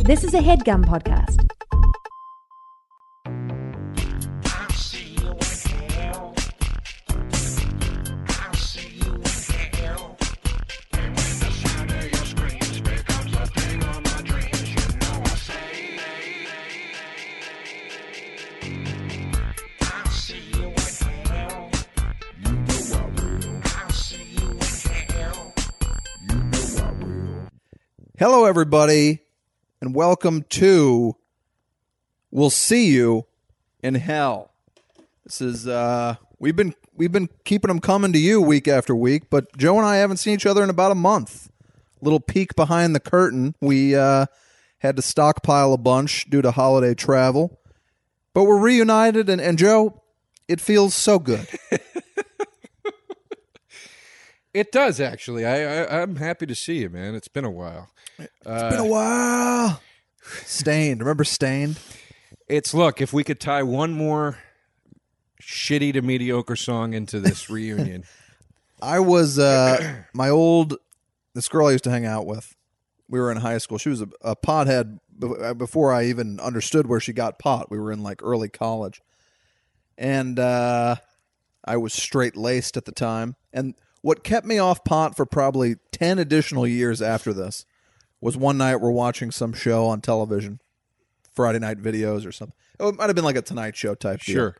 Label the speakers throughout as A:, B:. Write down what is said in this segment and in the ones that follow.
A: This is a headgum podcast.
B: Hello, everybody, and welcome to We'll See You in Hell. This is uh we've been we've been keeping them coming to you week after week, but Joe and I haven't seen each other in about a month. Little peek behind the curtain. We uh had to stockpile a bunch due to holiday travel. But we're reunited and, and Joe, it feels so good.
C: It does actually. I, I I'm happy to see you, man. It's been a while.
B: It's been a while. Stained. Remember Stained?
C: It's look if we could tie one more shitty to mediocre song into this reunion.
B: I was uh, my old this girl I used to hang out with. We were in high school. She was a, a pothead be- uh, before I even understood where she got pot. We were in like early college, and uh, I was straight laced at the time. And what kept me off pot for probably ten additional years after this was one night we're watching some show on television, Friday night videos or something. Oh, it might have been like a Tonight Show type. deal
C: Sure.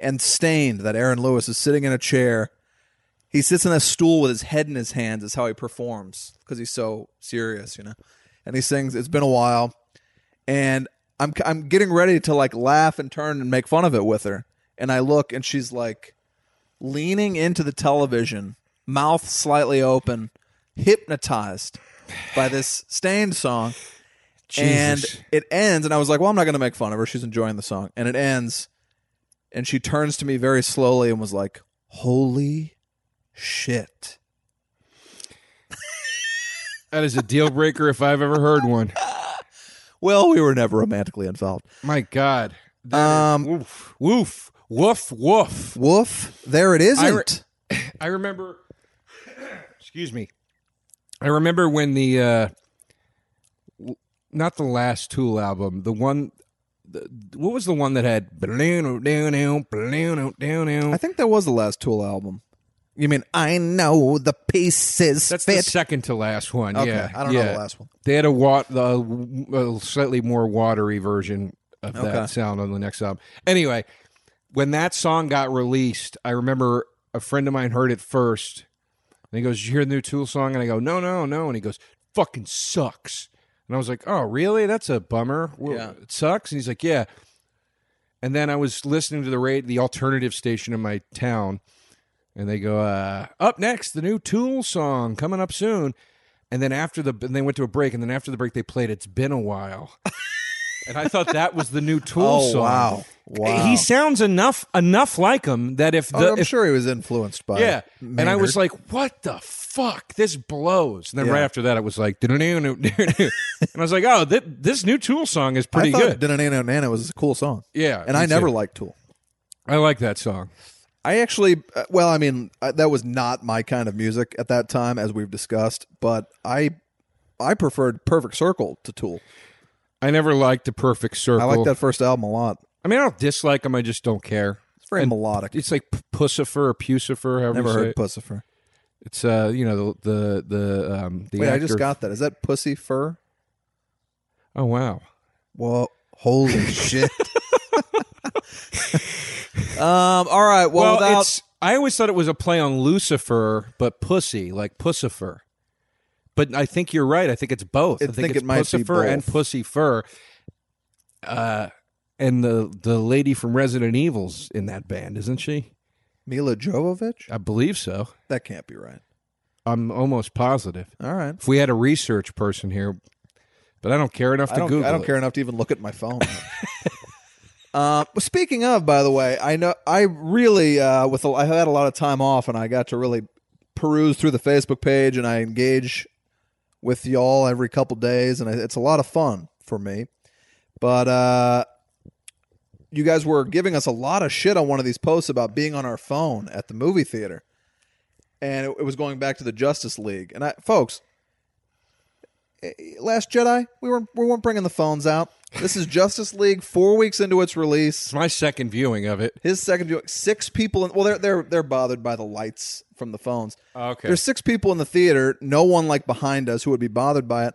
B: and stained that Aaron Lewis is sitting in a chair. He sits in a stool with his head in his hands, is how he performs because he's so serious, you know. And he sings, It's Been a While. And I'm, I'm getting ready to like laugh and turn and make fun of it with her. And I look and she's like leaning into the television, mouth slightly open, hypnotized by this stained song
C: Jesus.
B: and it ends and i was like well i'm not going to make fun of her she's enjoying the song and it ends and she turns to me very slowly and was like holy shit
C: that is a deal breaker if I've ever heard one.
B: well we were never romantically involved
C: My God. That
B: Um,
C: is- woof, woof, woof, woof.
B: woof there it isn't
C: I re- I remember. excuse me. I remember when the uh, w- not the last Tool album, the one. The, what was the one that had?
B: i think that was the last tool album you mean i know the pieces
C: That's the
B: fit
C: second to last one.
B: okay
C: yeah,
B: i don't
C: yeah.
B: know the last one
C: They had a wa- the a slightly more watery version of that
B: Okay.
C: sound on the next album. Anyway, when that song got released, I remember a friend of mine heard it first, and he goes, "Did you hear the new Tool song?" And I go, "No, no, no," and he goes, "Fucking sucks." And I was like, "Oh, really? That's a bummer. Well,
B: Yeah.
C: It sucks." And he's like, "Yeah." And then I was listening to the rate the alternative station in my town, and they go, uh, "Up next, the new Tool song coming up soon." And then after the and they went to a break, and then after the break they played "It's Been a While," and I thought that was the new Tool
B: oh
C: song.
B: wow wow
C: He sounds enough enough like him that if the
B: Oh, i'm
C: if-
B: sure he was influenced by
C: yeah, and I was
B: Maynard.
C: like, "What the fuck? This blows!" And then right
B: Yeah.
C: after that, it was like, "Do-do-do-do-do-do." and I was like, "Oh, th- this new Tool song is pretty
B: I thought
C: good."
B: Nana Nana was a cool song.
C: Yeah,
B: And
C: me
B: I never
C: too.
B: liked Tool.
C: I like that song.
B: I actually, uh, well, I mean, uh, that was not my kind of music at that time, as we've discussed. But I, I preferred Perfect Circle to Tool.
C: I never liked the Perfect Circle.
B: I like that first album a lot.
C: I mean, I don't dislike them. I just don't care.
B: It's very
C: And
B: melodic.
C: It's like p- pussifer or pusifer. However
B: Never
C: you say
B: heard
C: it.
B: Pussifer.
C: It's uh, you know the the the um the
B: Wait, I
C: actor.
B: just got that. Is that Pussy Fur?
C: Oh wow.
B: Well, holy shit. um. All right. Well,
C: Well,
B: without,
C: it's I always thought it was a play on Lucifer, but pussy like pussifer. But I think you're right. I think it's both.
B: I
C: I think,
B: think
C: it's
B: it might be
C: pussifer and
B: both.
C: pussy fur. Uh, and the the lady from Resident Evil's in that band, isn't she?
B: Mila Jovovich.
C: I believe so.
B: That can't be right.
C: I'm almost positive.
B: All right.
C: If we had a research person here, but I don't care enough
B: I
C: to
B: don't,
C: Google.
B: I don't
C: it.
B: care enough to even look at my phone. Uh, well, speaking of, by the way, I know I really uh, with a, I had a lot of time off, and I got to really peruse through the Facebook page, and I engage with y'all every couple days, and it's a lot of fun for me. But uh, you guys were giving us a lot of shit on one of these posts about being on our phone at the movie theater, and it, it was going back to the Justice League. And I, folks, eh, Last Jedi, we weren't we weren't bringing the phones out. This is Justice League four weeks into its release.
C: It's my second viewing of it.
B: His second viewing, six people. In, well, they're they're they're bothered by the lights from the phones.
C: Okay.
B: There's six people in the theater. No one like behind us who would be bothered by it.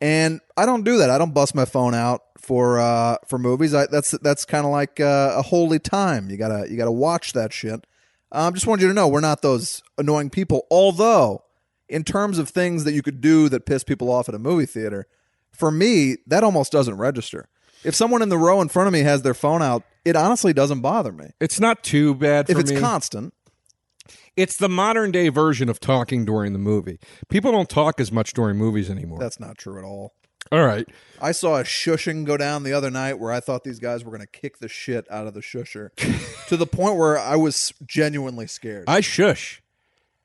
B: And I don't do that. I don't bust my phone out for uh, for movies. I, that's that's kind of like uh, a holy time. You gotta you gotta watch that shit. Um, just wanted you to know we're not those annoying people. Although, in terms of things that you could do that piss people off at a movie theater, for me that almost doesn't register. If someone in the row in front of me has their phone out, it honestly doesn't bother me.
C: it's not too bad for
B: If it's
C: me.
B: constant,
C: it's the modern day version of talking during the movie. People don't talk as much during movies anymore.
B: that's not true at all.
C: All right.
B: I saw a shushing go down the other night where I thought these guys were going to kick the shit out of the shusher to the point where I was genuinely scared. I,
C: I shush.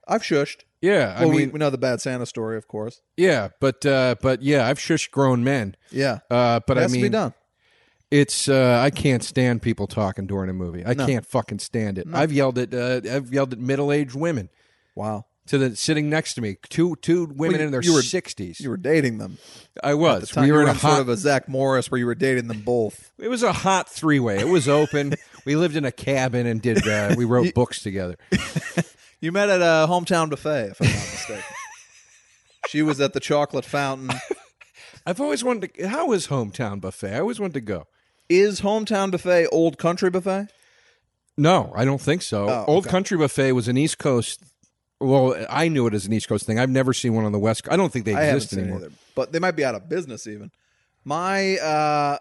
B: have shushed.
C: Yeah,
B: Well,
C: I
B: we-
C: mean,
B: we, know the bad Santa story, of course.
C: yeah, but uh, but yeah, I've shushed grown men.
B: Yeah.
C: Uh, but
B: it
C: I
B: has to be
C: mean,
B: done.
C: it's uh, I can't stand people talking during a movie. I can't fucking stand it. I've yelled at uh, I've yelled at middle aged women
B: Wow.
C: to the sitting next to me. Two two women
B: you-
C: in their
B: you were-
C: sixties.
B: You were dating them.
C: I
B: At the
C: was.
B: time,
C: We
B: you
C: were in a
B: on sort
C: hot.
B: of a Zach Morris where you were dating them both.
C: it was a hot three way. It was open. we lived in a cabin and did. Uh, we wrote books together.
B: You met at a hometown buffet, if I'm not mistaken. she was at the chocolate fountain.
C: I've always wanted to. How is hometown buffet? I always wanted to go.
B: Is hometown buffet old country buffet?
C: No, I don't think so.
B: Oh,
C: Old
B: okay.
C: Country Buffet was an East Coast. Well, I knew it as an East Coast thing. I've never seen one on the West. Co- I don't think they
B: I haven't
C: exist
B: seen it
C: anymore.
B: either, but they might be out of business even. My uh,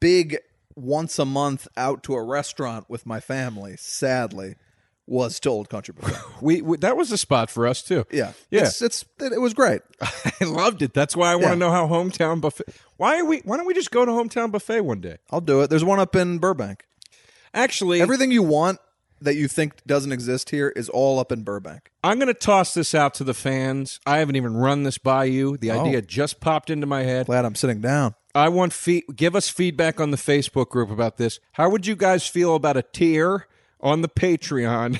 B: big once a month out to a restaurant with my family, sadly, was to Old Country Buffet.
C: We, we that was the spot for us too.
B: Yeah,
C: Yeah.
B: It's, it's it, it was great.
C: I loved it. That's why I want
B: Yeah.
C: to know how hometown buffet. Why are we? Why don't we just go to hometown buffet one day?
B: I'll do it. There's one up in Burbank.
C: Actually,
B: Everything you want that you think doesn't exist here is all up in Burbank.
C: I'm going to toss this out to the fans. I haven't even run this by you.
B: Oh.
C: The idea just popped into my head.
B: Glad I'm sitting down.
C: I want fe- give us feedback on the Facebook group about this. How would you guys feel about a tier on the Patreon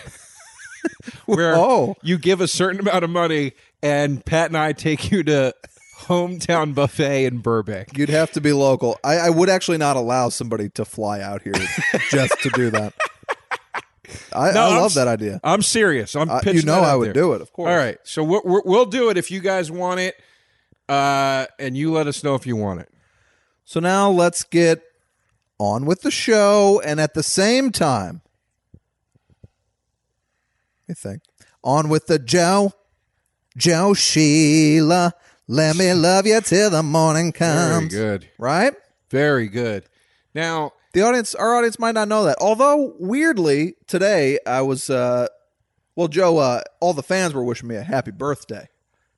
C: where
B: Oh.
C: you give a certain amount of money and Pat and I take you to hometown buffet in Burbank?
B: You'd have to be local. I, I would actually not allow somebody to fly out here just to do that. I,
C: No,
B: I
C: I'm
B: love
C: s-
B: that idea.
C: I'm serious. I'm
B: Uh,
C: pitching
B: you know
C: that out
B: I would
C: there.
B: do it, of course.
C: All right, so we're, we're, we'll do it if you guys want it, uh, and you let us know if you want it.
B: So now let's get on with the show, and at the same time, let me think. On with the Joe, Joe Sheila. Let me love you till the morning
C: Very
B: comes.
C: good,
B: Right?
C: very good. Now,
B: The audience, our audience might not know that. Although weirdly, today I was, uh, well, Joe, uh, all the fans were wishing me a happy birthday.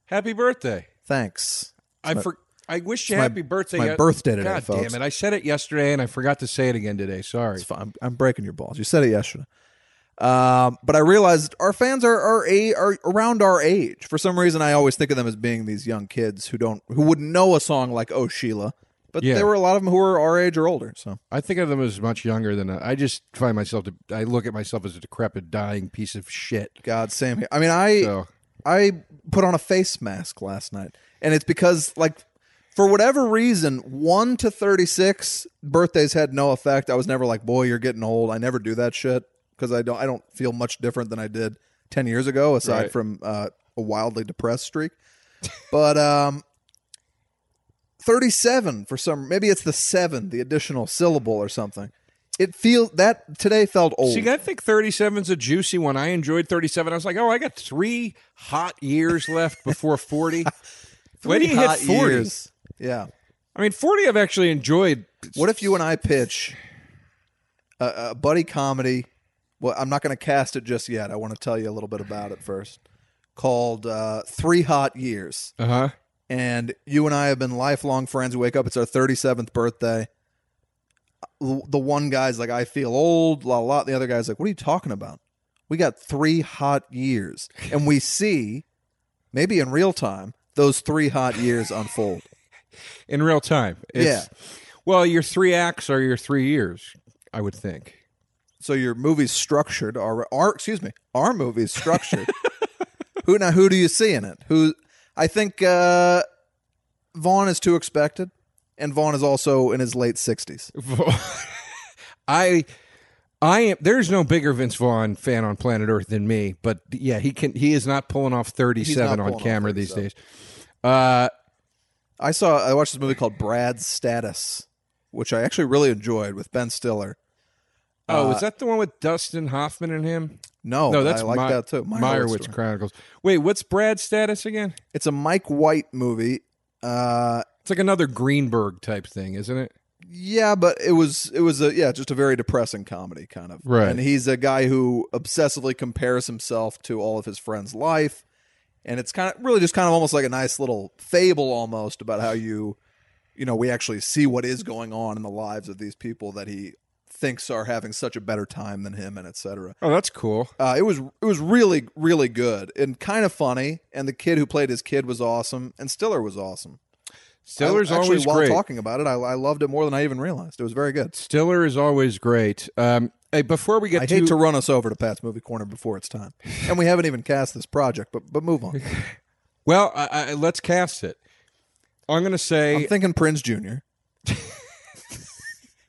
C: happy birthday.
B: Thanks.
C: I for, I wish you
B: my-
C: happy birthday. uh,
B: my birthday today,
C: God
B: folks.
C: damn it! I said it yesterday and I forgot to say it again today. Sorry.
B: It's fine. I'm, I'm breaking your balls. You said it yesterday. Um, but I realized our fans are are, a, are around our age. For some reason, I always think of them as being these young kids who don't who wouldn't know a song like "Oh Sheila," but
C: Yeah.
B: there were a lot of them who were our age or older. So
C: I think of them as much younger than I, I just find myself. To, I look at myself as a decrepit, dying piece of shit.
B: God, same here. I mean, I
C: So
B: I put on a face mask last night, and it's because like for whatever reason, one to thirty six birthdays had no effect. I was never like, boy, you're getting old. I never do that shit because I don't I don't feel much different than I did ten years ago, aside
C: Right.
B: from uh, a wildly depressed streak. But um, thirty seven for some maybe it's the seven, the additional syllable or something. It feel that today felt old.
C: see, I think 37's a juicy one. I enjoyed 37. I was like, oh, I got three hot years left before 40. when do you hit
B: Hot
C: 40?
B: years. Yeah.
C: I mean, 40 I've actually enjoyed.
B: What if you and I pitch a, a buddy comedy? Well, I'm not going to cast it just yet. I want to tell you a little bit about it first. Called uh, Three Hot Years.
C: Uh huh.
B: And you and I have been lifelong friends. We wake up, it's our 37th birthday. Uh, L- The one guy's like, I feel old, la la. The other guy's like, What are you talking about? We got three hot years. And we see, maybe in real time, those three hot years unfold.
C: In real time. Well, your three acts are your three years, I would think.
B: so your movie's structured our, our excuse me our movie's structured who now who do you see in it who i think uh Vaughn is too expected, and Vaughn is also in his late sixties.
C: I I am there's no bigger Vince Vaughn fan on planet Earth than me, but yeah, he can he is not pulling off 37
B: pulling
C: on
B: off
C: camera these
B: 37.
C: days. Uh
B: I saw I watched this movie called Brad's Status, which I actually really enjoyed with Ben Stiller.
C: oh, is that the one with Dustin Hoffman and him?
B: No,
C: no,
B: but
C: that's
B: Uh, Oh, I like
C: Mi-
B: that too.
C: Meyerowitz
B: story.
C: Chronicles. Wait, what's Brad's status again?
B: It's a Mike White movie. Uh,
C: It's like another Greenberg type thing, isn't it?
B: yeah, but it was it was a yeah, just a very depressing comedy kind of.
C: Right.
B: And he's a guy who obsessively compares himself to all of his friends' life, and it's kind of really just kind of almost like a nice little fable almost about how you, you know, we actually see what is going on in the lives of these people that he thinks are having such a better time than him, and et cetera.
C: Oh, that's cool.
B: Uh, it was it was really really good and kind of funny, and the kid who played his kid was awesome, and Stiller was awesome.
C: Stiller's
B: I, actually,
C: always
B: while
C: great.
B: talking about it, I, I loved it more than I even realized. It was very good.
C: Stiller is always great. Um, hey, before we get
B: I
C: to,
B: hate to run us over to Pat's Movie Corner before it's time, and we haven't even cast this project. But but move on.
C: well, I, I, let's cast it. I'm going to say
B: I'm thinking Prince Jr.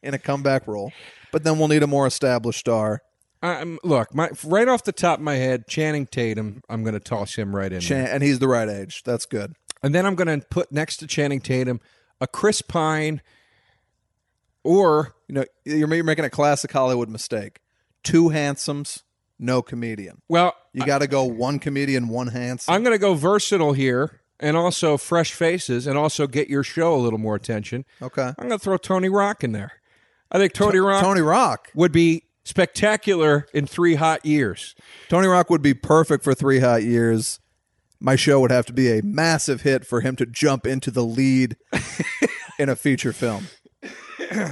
B: in a comeback role, but then we'll need a more established star.
C: I'm um, look my right off the top of my head, Channing Tatum. I'm going to toss him right in, there.
B: Chan- and he's the right age. That's good.
C: and then I'm going to put next to Channing Tatum a Chris Pine, or
B: You know, you're, you're making a classic Hollywood mistake. Two handsomes, no comedian.
C: well,
B: You got to go one comedian, one handsome.
C: I'm going to go versatile here, and also fresh faces, and also get your show a little more attention.
B: okay.
C: I'm going to throw Tony Rock in there. I think Tony Rock
B: Tony Rock.
C: would be spectacular in three hot years.
B: Tony Rock would be perfect for three hot years. My show would have to be a massive hit for him to jump into the lead in a feature film.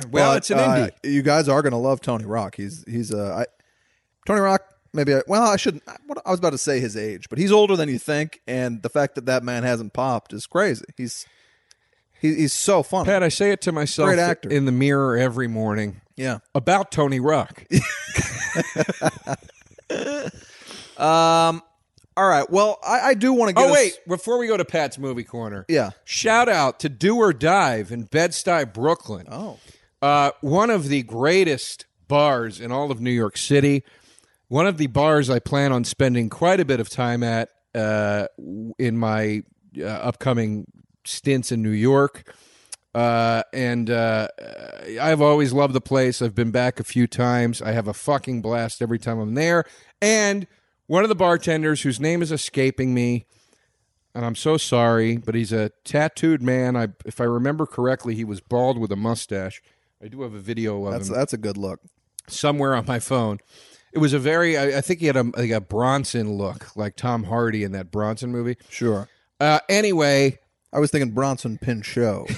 C: Well, it's
B: uh,
C: an indie.
B: You guys are going to love Tony Rock. He's he's uh, I, Tony Rock. Maybe I, well, I shouldn't. I, what, I was about to say his age, but he's older than you think, and the fact that that man hasn't popped is crazy. He's he, he's so funny.
C: Pat, I say it to myself
B: Great actor.
C: in the mirror every morning
B: yeah.
C: about Tony Rock.
B: Um. All right. Well, I, I do want to.
C: oh wait, before we go to Pat's movie corner,
B: Yeah.
C: shout out to Do or Dive in Bed-Stuy, Brooklyn.
B: Oh.
C: Uh, one of the greatest bars in all of New York City. One of the bars I plan on spending quite a bit of time at uh, w- in my uh, upcoming stints in New York. Uh, and uh, I've always loved the place. I've been back a few times. I have a fucking blast every time I'm there. And one of the bartenders, whose name is escaping me, and I'm so sorry, but he's a tattooed man. I, if I remember correctly, he was bald with a mustache. I do have a video of
B: That's
C: him
B: that's a good look.
C: somewhere on my phone. It was a very, I, I think he had a, like a Bronson look, like Tom Hardy in that Bronson movie.
B: Sure.
C: Uh, anyway,
B: I was thinking Bronson Pinchot.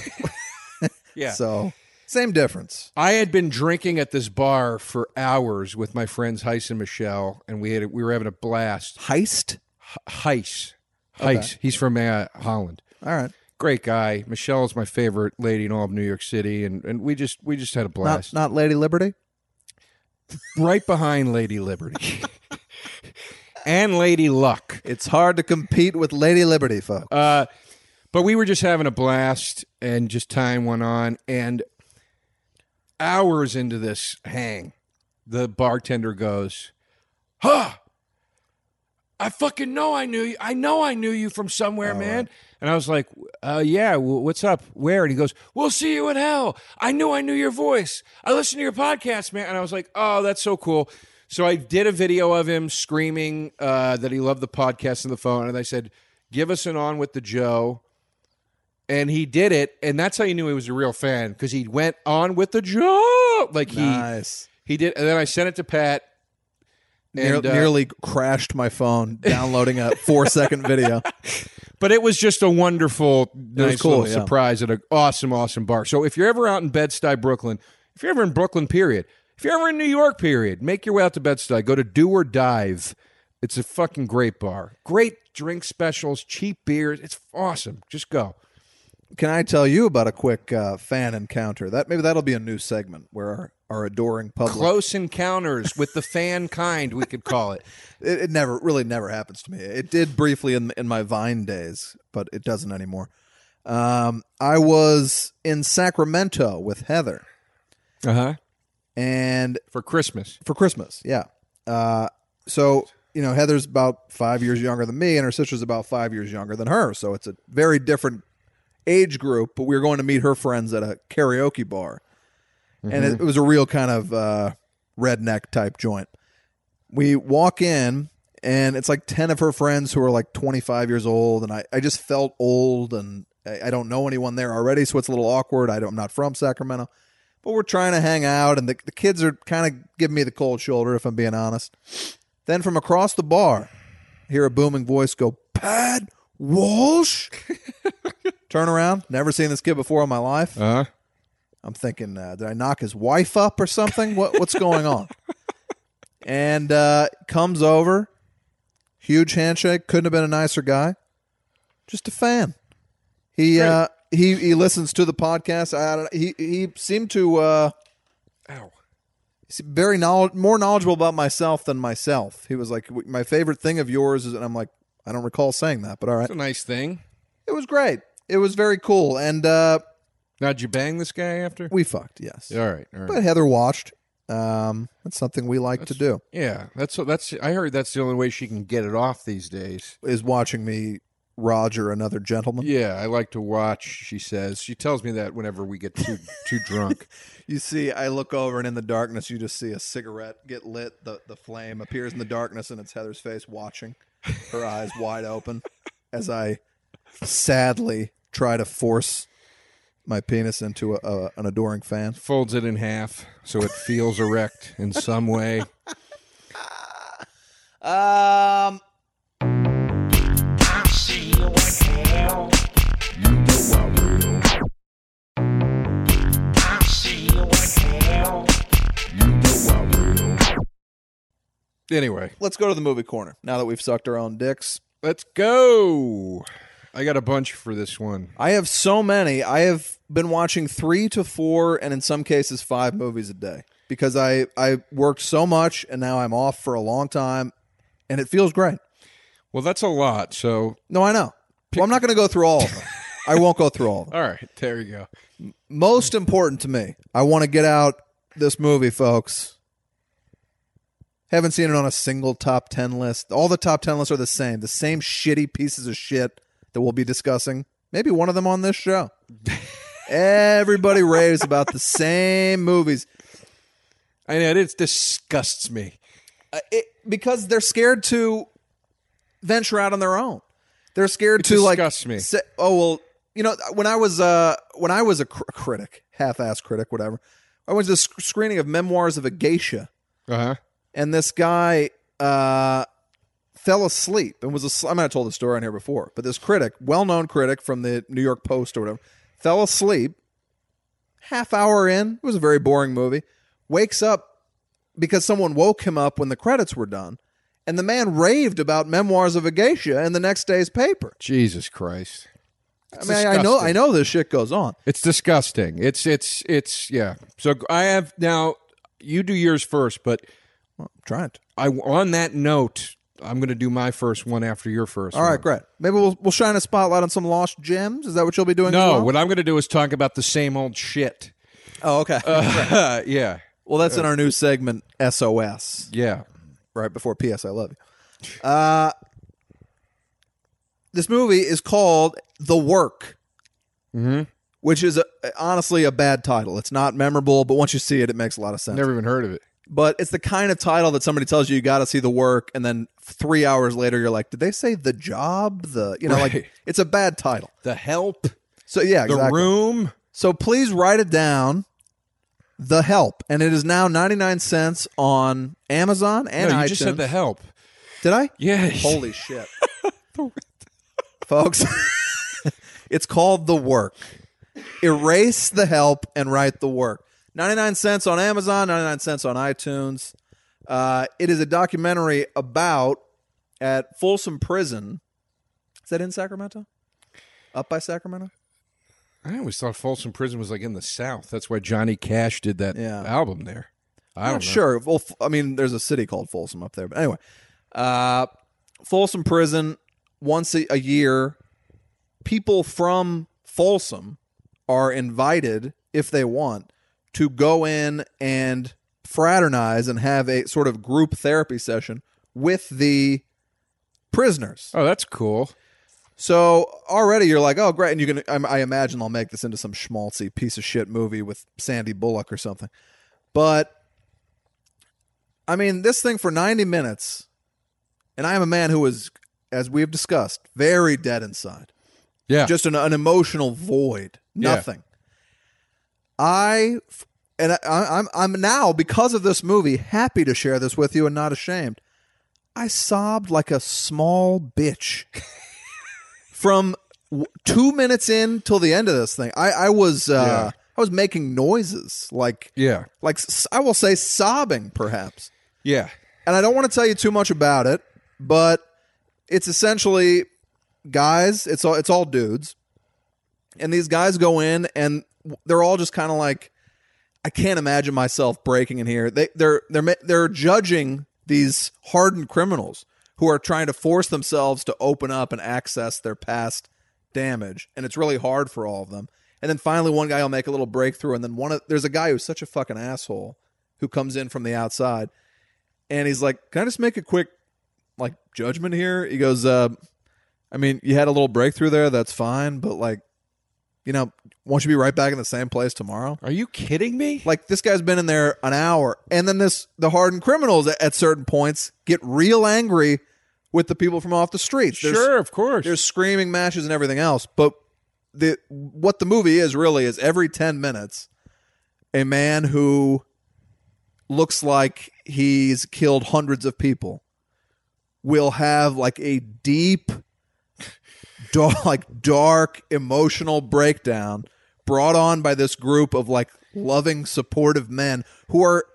C: yeah.
B: So same difference.
C: I had been drinking at this bar for hours with my friends Heiss and Michelle, and we had we were having a blast.
B: Heist.
C: Heiss, Heiss, he's from uh, Holland.
B: All right.
C: Great guy. Michelle is my favorite lady in all of New York City, and, and we just we just had a
B: Not
C: blast.
B: not Lady Liberty.
C: right behind Lady Liberty and Lady Luck.
B: It's hard to compete with Lady Liberty, folks.
C: Uh, but we were just having a blast, and just time went on. And hours into this hang, the bartender goes, "Huh, I fucking know I knew you. I know I knew you from somewhere, man." And I was like, uh, "Yeah, w- what's up? Where?" And he goes, "We'll see you in hell. I knew I knew your voice. I listened to your podcast, man." And I was like, "Oh, that's so cool." So I did a video of him screaming uh, that he loved the podcast on the phone, and I said, "Give us an on with the Joe." and he did it and that's how you knew he was a real fan because he went on with the joke like he
B: nice.
C: he did and then i sent it to pat
B: Near-
C: and, uh,
B: nearly crashed my phone downloading a four second video.
C: but it was just a wonderful nice
B: cool,
C: little
B: yeah.
C: surprise at an awesome awesome bar so if you're ever out in bed-stuy brooklyn if you're ever in brooklyn period if you're ever in new york period make your way out to bed-stuy go to do or dive it's a fucking great bar great drink specials cheap beers it's awesome just go
B: Can I tell you about a quick uh, fan encounter? That maybe that'll be a new segment where our, our adoring public.
C: close encounters with the fan kind we could call it
B: it, it never really never happens to me. It did briefly in in my Vine days, but it doesn't anymore. Um, I was in Sacramento with Heather,
C: Uh
B: Uh-huh.
C: huh.
B: and
C: For Christmas.
B: for Christmas. Yeah. Uh, so you know, Heather's about five years younger than me, and her sister's about five years younger than her. So it's a very different age group. But we were going to meet her friends at a karaoke bar, and it, it was a real kind of uh, redneck type joint. We walk in, and it's like ten of her friends who are like twenty five years old, and I, I just felt old, and I, I don't know anyone there already, so it's a little awkward. I don't, I'm not from Sacramento but we're trying to hang out and the, the kids are kind of giving me the cold shoulder if i'm being honest then from across the bar hear a booming voice go pad walsh turn around never seen this kid before in my life
C: Uh huh.
B: i'm thinking uh, did i knock his wife up or something what, what's going on and uh, comes over huge handshake couldn't have been a nicer guy just a fan he uh, he he listens to the podcast I don't, he he seemed to uh,
C: Ow.
B: He's very knowledge, more knowledgeable about myself than myself. He was like, "My favorite thing of yours is," and I'm like, "I don't recall saying that, but all right."
C: It's a nice thing.
B: It was great. It was very cool, and uh,
C: Now, did you bang this guy after?
B: we fucked. Yes,
C: all right. All right.
B: but Heather watched. Um, that's something we like to do
C: yeah. That's that's. I heard that's the only way she can get it off these days.
B: is watching me Roger another gentleman.
C: Yeah, I like to watch. She says she tells me that whenever we get too too drunk.
B: You see, I look over, and in the darkness, you just see a cigarette get lit. The the flame appears in the darkness, and it's Heather's face watching, her eyes wide open, as I sadly try to force my penis into a, a, an adoring fan.
C: folds it in half so it feels erect in some way.
B: Um,
C: Anyway,
B: let's go to the movie corner now that we've sucked our own dicks.
C: let's go. I got a bunch for this one.
B: I have so many. I have been watching three to four, and in some cases, five movies a day because I I worked so much, and now I'm off for a long time, and it feels great.
C: Well, that's a lot. So,
B: No, I know. Well, I'm not going to go through all of them. I won't go through all of them.
C: all right, there you go.
B: Most important to me, I want to get out this movie, folks. Haven't seen it on a single top 10 list. All the top 10 lists are the same, the same shitty pieces of shit that we'll be discussing. Maybe one of them on this show. Everybody raves about the same movies.
C: I know it disgusts me.
B: Uh, it, because they're scared to venture out on their own. They're scared to
C: disgusts
B: like
C: me.
B: Say, oh well, you know when I was uh when I was a cr- critic, half-ass critic, whatever. I went to the sc- screening of Memoirs of a Geisha,
C: Uh
B: Uh-huh.
C: huh.
B: and this guy uh fell asleep and was asleep. I might have told the story on here before, but this critic, well-known critic from the New York Post or whatever, fell asleep. Half hour in, it was a very boring movie. Wakes up because someone woke him up when the credits were done, and the man raved about Memoirs of a Geisha in the next day's paper.
C: Jesus Christ.
B: I mean, I- I know, I
C: disgusting.
B: know this shit goes on.
C: It's disgusting. It's it's it's yeah. So I have now. You do yours first, but
B: Well, I'm trying to.
C: I on that note, I'm going to do my first one after your first.
B: All right, great. Maybe we'll we'll shine a spotlight on some lost gems. Is that what you'll be doing? as
C: No,
B: well?
C: what I'm going to do is talk about the same old shit.
B: Oh, okay.
C: Uh, yeah,
B: well, that's in our new segment, SOS,
C: yeah.
B: right before PS. I love you. Uh, this movie is called The Work, mm-hmm. which is a, honestly a bad title. It's not memorable, but once you see it, it makes a lot of sense.
C: Never even heard of it.
B: but it's the kind of title that somebody tells you you got to see the work and then 3 hours later you're like did they say the job the you know
C: Right.
B: like it's a bad title
C: The help,
B: so yeah
C: the
B: exactly
C: room.
B: so please write it down the help and it is now 99 cents on Amazon and
C: No, you
B: iTunes
C: just said the help.
B: did I
C: Yeah.
B: holy shit folks it's called the work erase the help and write the work 99 cents on amazon 99 cents on itunes uh, it is a documentary about at folsom prison is that in sacramento up by sacramento
C: I always thought Folsom Prison was like in the South. That's why Johnny Cash did that
B: Yeah. Oh,
C: album there. I
B: I'm
C: don't
B: not
C: know.
B: sure. Well, F- I mean, there's a city called Folsom up there, but anyway, uh, Folsom Prison once a, a year, people from Folsom are invited, if they want, to go in and fraternize and have a sort of group therapy session with the prisoners.
C: Oh, that's cool.
B: So already you're like, oh great, and you can. I, I imagine I'll make this into some schmaltzy piece of shit movie with Sandy Bullock or something. But I mean, this thing for 90 minutes, and I am a man who is, as we have discussed, very dead inside.
C: Yeah.
B: Just an, an emotional void.
C: Yeah.
B: Nothing. I and I, I, I'm I'm now because of this movie happy to share this with you and not ashamed. I sobbed like a small bitch from w- two minutes in till the end of this thing. I I was uh,
C: Yeah.
B: I was making noises like
C: yeah.
B: like s- I will say sobbing perhaps.
C: Yeah.
B: And I don't want to tell you too much about it, but it's essentially guys, it's all it's all dudes. And these guys go in and they're all just kind of like I can't imagine myself breaking in here. They they're they're ma- they're judging these hardened criminals who are trying to force themselves to open up and access their past damage, and it's really hard for all of them. And then finally, one guy will make a little breakthrough, and then one of, there's a guy who's such a fucking asshole who comes in from the outside, and he's like, "Can I just make a quick like judgment here?" He goes, uh, "I mean, you had a little breakthrough there, that's fine, but like, you know, won't you be right back in the same place tomorrow?"
C: Are you kidding me?
B: Like this guy's been in there an hour, and then this the hardened criminals at, at certain points get real angry with the people from off the streets. There's-
C: sure, of course.
B: there's screaming matches and everything else, but the what the movie is really is every 10 minutes a man who looks like he's killed hundreds of people will have like a deep dark, like dark emotional breakdown brought on by this group of like loving supportive men who are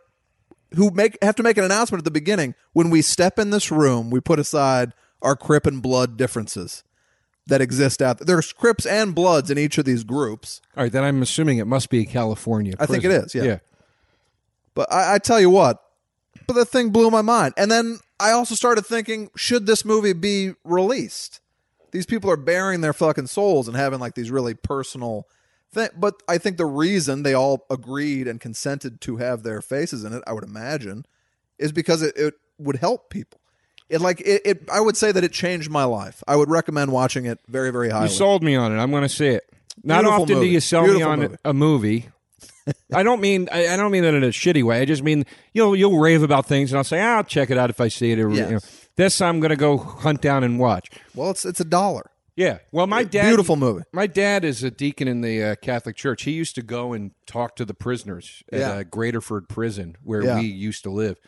B: who make have to make an announcement at the beginning when we step in this room we put aside our crip and blood differences that exist out there there's crips and bloods in each of these groups
C: All right, then I'm assuming it must be California.
B: I think
C: prison.
B: it is, yeah. but I, I tell you what but the thing blew my mind and then i also started thinking should this movie be released these people are bearing their fucking souls and having like these really personal thing but i think the reason they all agreed and consented to have their faces in it i would imagine is because it, it would help people it like it, it i would say that it changed my life i would recommend watching it very very highly
C: You sold me on it. I'm going to say it. Not
B: Beautiful
C: often
B: movie.
C: do you sell
B: Beautiful
C: me on
B: movie.
C: a movie. I don't mean I, I don't mean that in a shitty way. I just mean you'll you'll rave about things, and I'll say "Ah, I'll check it out if I see it. Every, you know,
B: Yes.
C: this I'm going to go hunt down and watch.
B: well it's it's a dollar
C: Yeah. Well, my dad
B: beautiful movie
C: My dad is a deacon in the uh, Catholic Church. He used to go and talk to the prisoners at
B: Yeah.
C: uh, Greaterford Prison, where
B: Yeah.
C: we used to live.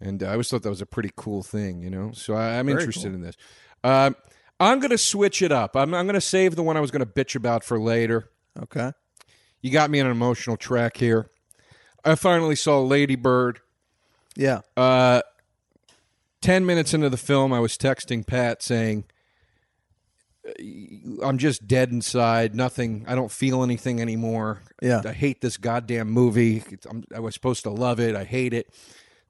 C: And uh, I always thought that was a pretty cool thing, you know. So I, I'm interested in this. Um, I'm going to switch it up. I'm, I'm going to save the one I was going to bitch about for later.
B: okay
C: You got me on an emotional track here. I finally saw Lady Bird.
B: yeah
C: Uh, 10 minutes into the film, I was texting Pat saying, I'm just dead inside. Nothing. I don't feel anything anymore.
B: Yeah.
C: I hate this goddamn movie. It's- I'm, I was supposed to love it. I hate it.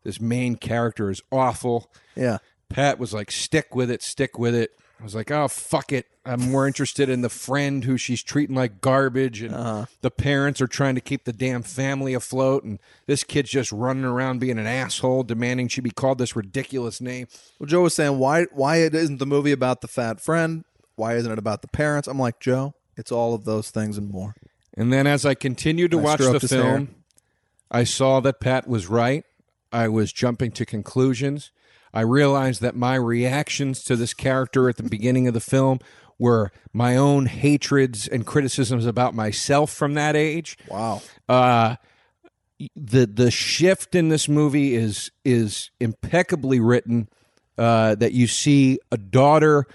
C: This main character is awful.
B: yeah
C: Pat was like, stick with it, stick with it. I was like, oh, fuck it. I'm more interested in the friend who she's treating like garbage, and the parents are trying to keep the damn family afloat, and this kid's just running around being an asshole, demanding she be called this ridiculous name.
B: Well, Joe was saying why why it isn't the movie about the fat friend? Why isn't it about the parents? I'm like Joe, it's all of those things and more.
C: And then as I continued to
B: I
C: watch
B: stroked
C: the
B: his hair.
C: film, I saw that Pat was right. I was jumping to conclusions. I realized that my reactions to this character at the beginning of the film were my own hatreds and criticisms about myself from that age.
B: Wow.
C: Uh, the the shift in this movie is is impeccably written. Uh, that you see a daughter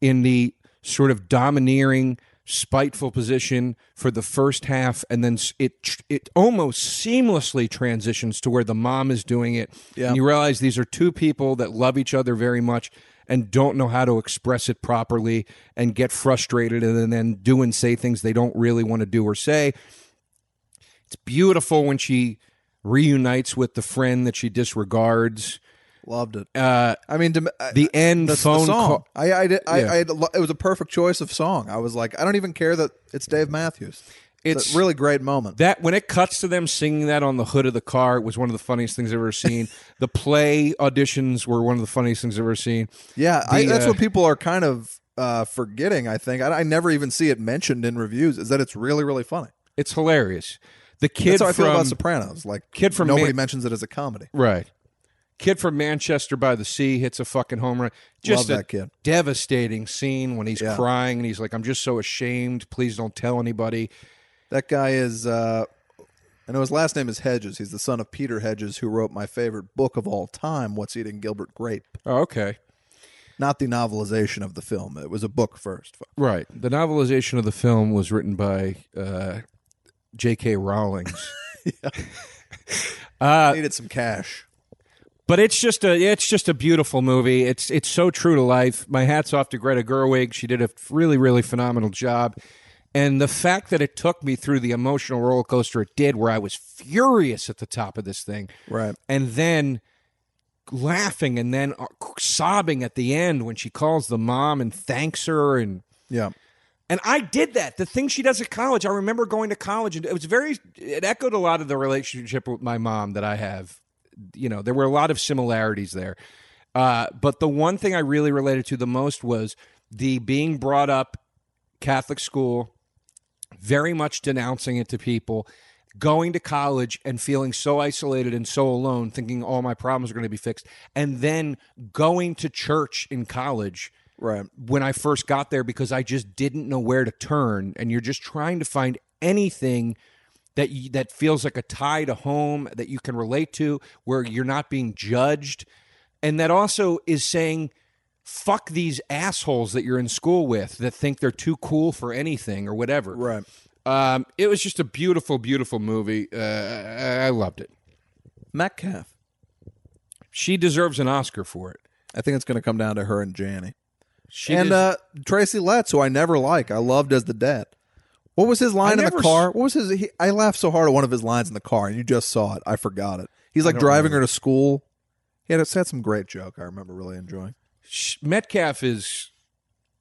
C: in the sort of domineering, spiteful position for the first half, and then s- it tr- it almost seamlessly transitions to where the mom is doing it.
B: Yeah.
C: And you realize these are two people that love each other very much and don't know how to express it properly and get frustrated and then do and say things they don't really want to do or say it's beautiful when she reunites with the friend that she disregards
B: Loved it.
C: Uh,
B: I mean, dom- I-
C: the end
B: that's the
C: phone
B: song.
C: call.
B: I, I, did, I,
C: Yeah.
B: I had a lo- it was a perfect choice of song. I was like, I don't even care that it's Dave Matthews. It's,
C: It's-
B: a really great moment.
C: That when it cuts to them singing that on the hood of the car, it was one of the funniest things I've ever seen. the play auditions were one of the funniest things I've ever seen.
B: yeah, I,
C: the,
B: that's
C: uh,
B: what people are kind of uh, forgetting. I think I, I never even see it mentioned in reviews. Is that it's really really funny.
C: It's hilarious. The kid
B: That's how I
C: from
B: feel about Sopranos. Like
C: kid from
B: nobody
C: Man-
B: mentions it as a comedy.
C: right, kid from Manchester by the Sea hits a fucking home run. Just
B: Love
C: a
B: that kid.
C: devastating scene when he's
B: Yeah.
C: crying and he's like, "I'm just so ashamed. Please don't tell anybody."
B: That guy is. Uh, I know his last name is Hedges. He's the son of Peter Hedges, who wrote my favorite book of all time, "What's Eating Gilbert Grape."
C: Oh, okay,
B: Not the novelization of the film. It was a book first.
C: right. The novelization of the film was written by uh, J.K. Rowling's. uh,
B: needed some cash.
C: But it's just a it's just a beautiful movie. It's it's so true to life. My hats off to Greta Gerwig. She did a really really phenomenal job. And the fact that it took me through the emotional roller coaster it did where I was furious at the top of this thing
B: Right.
C: and then laughing and then uh, sobbing at the end when she calls the mom and thanks her and
B: Yeah.
C: and I did that. The thing she does at college, I remember going to college, and it was very. It echoed a lot of the relationship with my mom that I have. You know, there were a lot of similarities there. Uh, but the one thing I really related to the most was the being brought up Catholic school, very much denouncing it to people, going to college and feeling so isolated and so alone, thinking all my problems are going to be fixed, and then going to church in college
B: Right.
C: when I first got there because I just didn't know where to turn, and you're just trying to find anything that you, that feels like a tie to home that you can relate to, where you're not being judged, and that also is saying. Fuck these assholes that you're in school with that think they're too cool for anything or whatever.
B: Right.
C: Um, it was just a beautiful, beautiful movie. Uh, I I loved it.
B: Metcalf.
C: She deserves an Oscar for it.
B: I think it's going to come down to her and Janny.
C: She
B: and
C: des-
B: uh, Tracy Letts, who I never like. I loved as the dad. What was his line in
C: never
B: the
C: s-
B: car? What was his? He, I laughed so hard at one of his lines in the car, and you just saw it. I forgot it. He's like
C: don't
B: driving her to school. He had, he had some great joke. I remember really enjoying.
C: Sh- Metcalf is,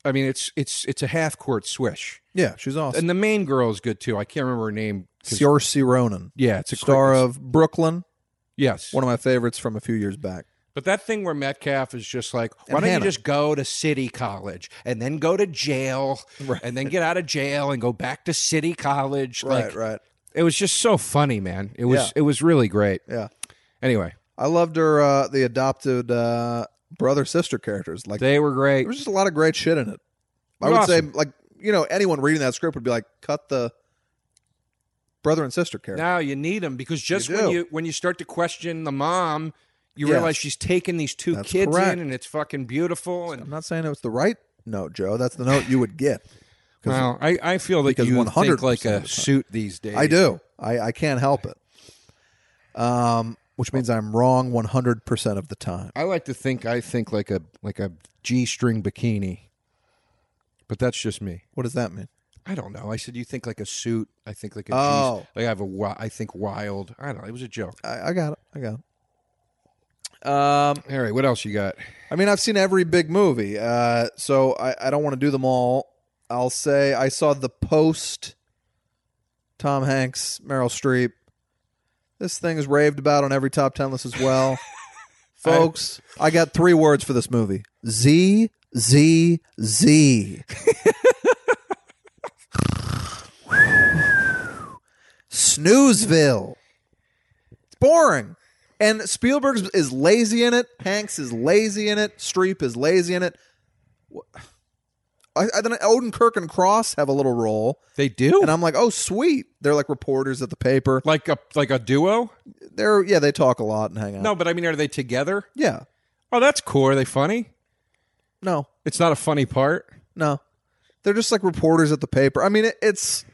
C: I mean, it's it's it's a half court swish,
B: Yeah, she's awesome.
C: and the main girl is good too. I can't remember her name. 'cause-
B: Saoirse Ronan,
C: yeah, it's a
B: star
C: quick-
B: of Brooklyn,
C: yes.
B: one of my favorites from a few years back.
C: But that thing where Metcalf is just like, why
B: And
C: don't
B: Hannah.
C: you just go to city college and then go to jail
B: Right.
C: and then get out of jail and go back to city college?
B: Right,
C: like,
B: right.
C: It was just so funny, man. It was
B: Yeah.
C: it was really great.
B: Yeah,
C: Anyway,
B: I loved her. Uh, the adopted uh, brother sister characters, like
C: they were great.
B: There was just a lot of great shit in it. I would say,
C: Awesome.
B: like, you know, anyone reading that script would be like, cut the brother and sister character.
C: Now you need them because just
B: You
C: when
B: do.
C: you when you start to question the mom, you
B: Yes.
C: realize she's taking these two
B: That's
C: kids
B: correct.
C: in, and it's fucking beautiful.
B: I'm
C: And
B: not saying it was the right note, Joe. That's the note you would get. 'Cause
C: well, I, I feel that
B: because
C: you
B: 100%
C: think like
B: of
C: a
B: the time.
C: suit these days.
B: I do. I, I can't help it. Um, which means I'm wrong 100% of the time.
C: I like to think I think like a like a g string bikini, but that's just me.
B: What does that mean?
C: I don't know. I said you think like a suit. I think like a G-
B: Oh.
C: like I have a wi- I think wild. I don't know. It was a joke.
B: I, I got it. I got it. Um,
C: All right, what else you got?
B: I mean, I've seen every big movie, uh, so I, I don't want to do them all. I'll say I saw The Post, Tom Hanks, Meryl Streep. This thing is raved about on every top 10 list as well. Folks, I got three words for this movie Z, Z, Z. Snoozeville. It's boring. And Spielberg is lazy in it. Hanks is lazy in it. Streep is lazy in it. Wha- I, I don't know. Odenkirk and Cross have a little role,
C: They do
B: and I'm like, oh sweet, they're like reporters at the paper.
C: like a like a duo.
B: They're yeah, they talk a lot and hang out.
C: No, but I mean, are they together?
B: yeah,
C: Oh, that's cool. Are they funny?
B: no,
C: It's not a funny part.
B: no, they're just like reporters at the paper. I mean, it, it's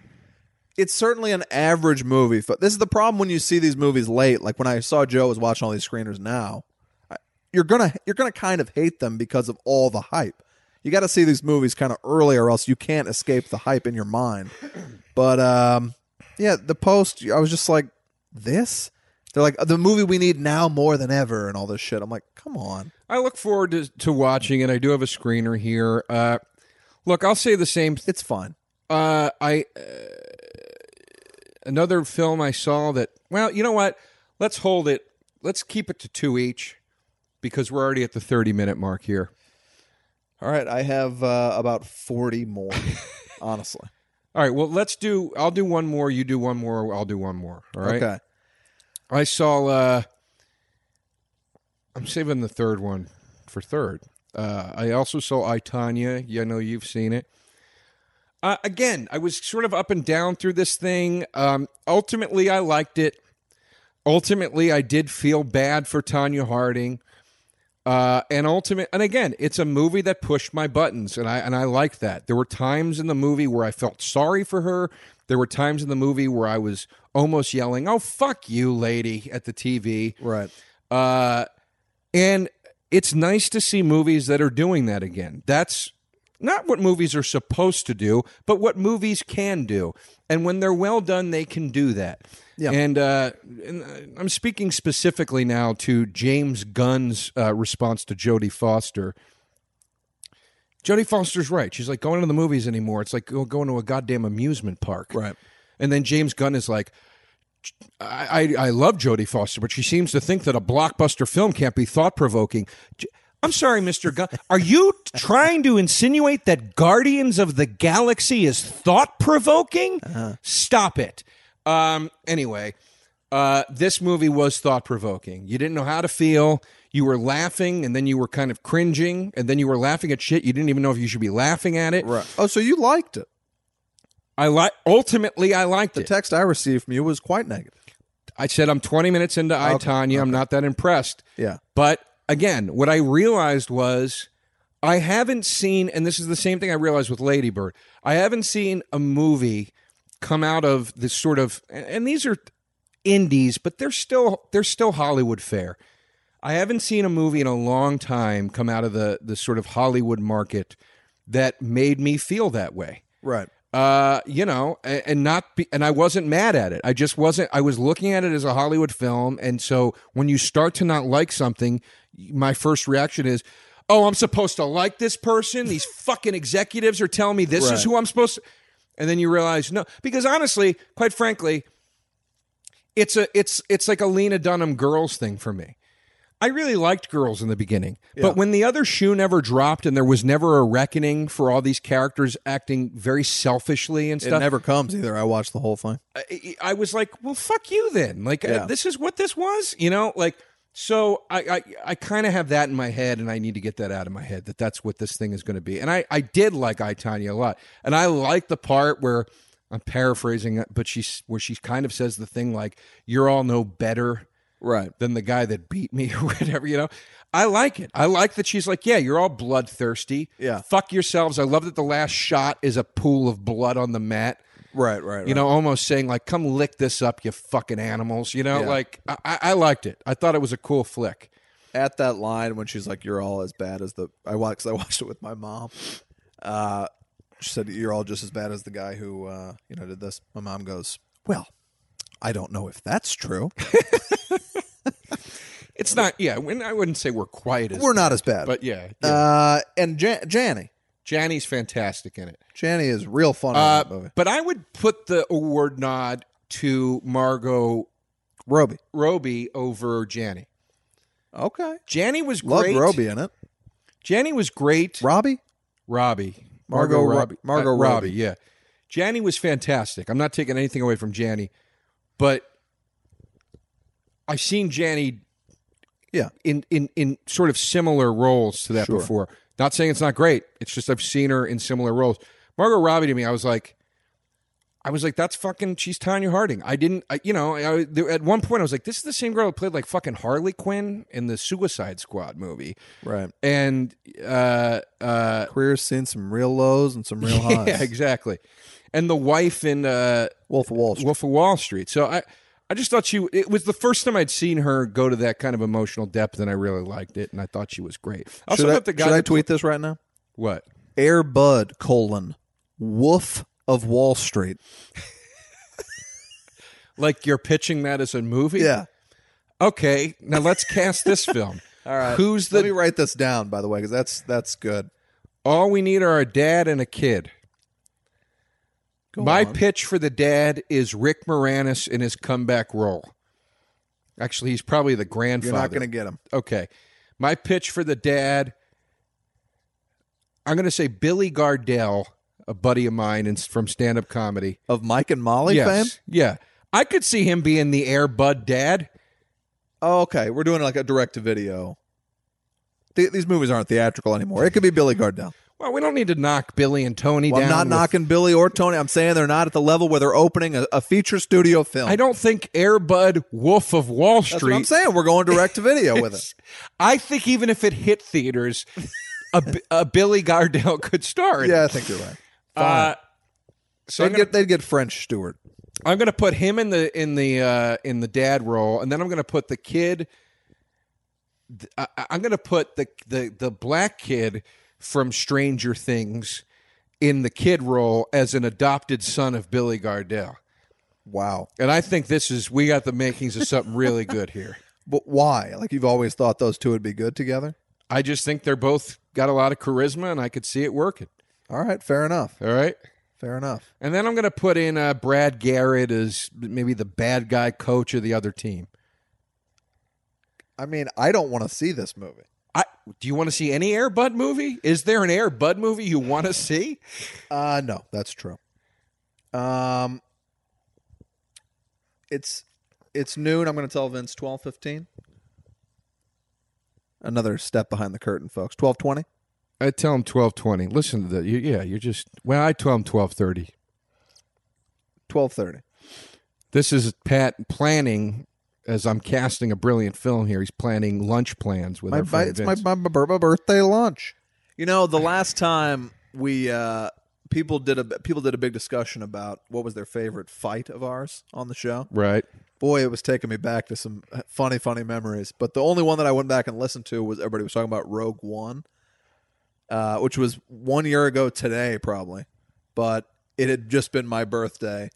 B: it's certainly an average movie, but this is the problem when you see these movies late. Like when I saw Joe was watching all these screeners now, I- you're gonna you're gonna kind of hate them because of all the hype. You got to see these movies kind of early, or else you can't escape the hype in your mind. But um, yeah, the post I was just like, this They're like the movie we need now more than ever, and all this shit. I'm like, come on.
C: I look forward to, to watching it. I do have a screener here. Uh, look, I'll say the same. Th-
B: It's fine.
C: uh, I uh, another film I saw that. Well, you know what? Let's hold it. Let's keep it to two each because we're already at the thirty minute mark here.
B: All right, I have uh, about forty more. honestly,
C: All right. Well, let's do. I'll do one more. You do one more. I'll do one more. All right.
B: okay.
C: I saw. Uh, I'm saving the third one for third. Uh, I also saw I Tanya. Yeah, I know you've seen it. Uh, again, I was sort of up and down through this thing. Um, ultimately, I liked it. Ultimately, I did feel bad for Tanya Harding. Uh, and ultimate, and again, it's a movie that pushed my buttons, and I and I like that. There were times in the movie where I felt sorry for her. There were times in the movie where I was almost yelling, "Oh fuck you, lady!" at the TV.
B: Right.
C: Uh, and it's nice to see movies that are doing that again. That's not what movies are supposed to do, but what movies can do. And when they're well done, they can do that.
B: Yeah.
C: And, uh, and uh, I'm speaking specifically now to James Gunn's uh, response to Jodie Foster. Jodie Foster's right. She's like going to the movies anymore. It's like go- going to a goddamn amusement park.
B: Right.
C: And then James Gunn is like, I, I, I love Jodie Foster, but she seems to think that a blockbuster film can't be thought provoking. J- I'm sorry, Mr. Gunn. Are you trying to insinuate that Guardians of the Galaxy is thought provoking? Stop it. Um, anyway, uh, this movie was thought provoking. You didn't know how to feel. You were laughing, and then you were kind of cringing, and then you were laughing at shit. You didn't even know if you should be laughing at it.
B: Right. Oh, so you liked it?
C: I like. Ultimately, I liked
B: The
C: it.
B: text I received from you was quite negative.
C: I said I'm 20 minutes into I Tanya. I'm not that impressed.
B: Yeah.
C: But again, what I realized was I haven't seen, and this is the same thing I realized with Lady Bird. I haven't seen a movie come out of this sort of, and these are indies, but they're still they're still Hollywood fare. I haven't seen a movie in a long time come out of the the sort of Hollywood market that made me feel that way
B: Right.
C: uh, you know, and, and not be, and I wasn't mad at it. I just wasn't. I was looking at it as a Hollywood film, and so when you start to not like something, my first reaction is, "Oh, I'm supposed to like this person. These fucking executives are telling me this
B: Right.
C: is who I'm supposed to." And then you realize no, because honestly, quite frankly, it's a it's it's like a Lena Dunham girls thing for me. I really liked girls in the beginning, but when the other shoe never dropped and there was never a reckoning for all these characters acting very selfishly and
B: It
C: stuff,
B: never comes either. I watched the whole thing.
C: I, I was like, well, fuck you then. Like, uh,
B: Yeah.
C: this is what this was, you know? Like, so I, I, I kind of have that in my head, and I need to get that out of my head that that's what this thing is going to be. And I, I did like I Tanya a lot, and I like the part where I'm paraphrasing, it, but she's where she kind of says the thing like, "You're all no better."
B: Right.
C: than the guy that beat me or whatever, you know. I like it. I like that she's like, yeah, you're all bloodthirsty.
B: Yeah.
C: Fuck yourselves. I love that the last shot is a pool of blood on the mat.
B: Right. Right.
C: You know, almost saying like, "Come lick this up, you fucking animals." You know,
B: Yeah.
C: like I- I-, I liked it. I thought it was a cool flick.
B: at that line when she's like, "You're all as bad as the I watched. I watched it with my mom." Uh, she said, "You're all just as bad as the guy who uh, you know did this." My mom goes, "Well, I don't know if that's true.
C: It's not. Yeah, when, I wouldn't say we're quiet as,
B: We're not as bad."
C: but yeah, yeah.
B: uh, and Jan- Janny,
C: Janny's fantastic in it.
B: Janny is real fun in
C: Uh,
B: that movie.
C: but I would put the award nod to Margot
B: Roby,
C: Robbie over Janny.
B: okay,
C: Janny was
B: love
C: great.
B: Roby in it.
C: Janny was great.
B: Robbie,
C: Robbie.
B: Margot Rob- Margot
C: Uh,
B: Robbie.
C: yeah. Janny was fantastic. I'm not taking anything away from Janny, but I've seen Janny
B: Yeah.
C: in, in, in sort of similar roles to that
B: Sure.
C: before. Not saying it's not great. It's just I've seen her in similar roles. Margot Robbie to me, I was like, I was like, that's fucking, she's Tanya Harding. I didn't, I, you know, I, there, at one point I was like, this is the same girl that played like fucking Harley Quinn in the Suicide Squad movie.
B: right?
C: And, uh, uh,
B: Career's seen some real lows and some real highs.
C: yeah, exactly. And the wife in uh,
B: Wolf of Wall Street.
C: Wolf of Wall Street. So I, I just thought she. It was the first time I'd seen her go to that kind of emotional depth, and I really liked it, and I thought she was great. I also
B: Should, I,
C: thought the guy.
B: should I
C: that-
B: tweet this right now?
C: what?
B: Air Bud colon Wolf of Wall Street.
C: Like you're pitching that as a movie?
B: Yeah.
C: Okay, now let's cast this film.
B: All right.
C: Who's
B: Let me
C: the?
B: write this down, by the way, because that's that's good.
C: All we need are a dad and a kid.
B: Go
C: My
B: on.
C: pitch for the dad is Rick Moranis in his comeback role. Actually, he's probably the grandfather.
B: You're not going to get him.
C: okay. My pitch for the dad, I'm going to say Billy Gardell, a buddy of mine in, from stand up comedy.
B: Of Mike and Molly
C: yes.
B: fame?
C: Yeah. I could see him being the Air Bud dad.
B: Oh, okay. We're doing like a direct to video. Th- these movies aren't theatrical anymore. It could be Billy Gardell.
C: Well, we don't need to knock Billy and Tony
B: Well, I'm
C: down.
B: not
C: with-
B: knocking Billy or Tony. I'm saying they're not at the level where they're opening a, a feature studio film.
C: I don't think Air Bud Wolf of Wall
B: That's
C: Street.
B: what I'm saying. We're going direct to video with it.
C: I think even if it hit theaters, a, B- a Billy Gardell could star in it.
B: Yeah, I think you're right.
C: Uh, so I'm
B: They'd
C: gonna,
B: get, they'd get French Stewart.
C: I'm gonna put him in the in the uh, in the dad role, and then I'm gonna put the kid. th- I, I- I'm gonna put the the the black kid from Stranger Things in the kid role as an adopted son of Billy Gardell,
B: Wow.
C: and I think this is we got the makings of something really good here.
B: But why? Like you've always thought those two would be good together?
C: I just think they're both got a lot of charisma, and I could see it working.
B: All right, fair enough.
C: All right.
B: Fair enough.
C: And then I'm going to put in uh, Brad Garrett as maybe the bad guy coach of the other team.
B: I mean, I don't want to see this movie.
C: I, do you want to see any Air Bud movie? Is there an Air Bud movie you want to see?
B: Uh no, that's true. Um It's it's noon. I'm going to tell Vince 12:15. Another step behind the curtain, folks. 12:20.
C: I tell him twelve twenty. Listen to that. You, yeah, you're just. Well, I tell him twelve thirty.
B: 12:30.
C: This is Pat planning as I'm casting a brilliant film here. He's planning lunch plans with
B: My,
C: our
B: bi-
C: friend
B: it's my,
C: Vince.
B: my, my bir- birthday lunch. You know, the last time we uh people did a people did a big discussion about what was their favorite fight of ours on the show.
C: right.
B: boy, it was taking me back to some uh, funny, funny memories. But the only one that I went back and listened to was everybody was talking about Rogue One, uh, which was one year ago today, probably. But it had just been my birthday,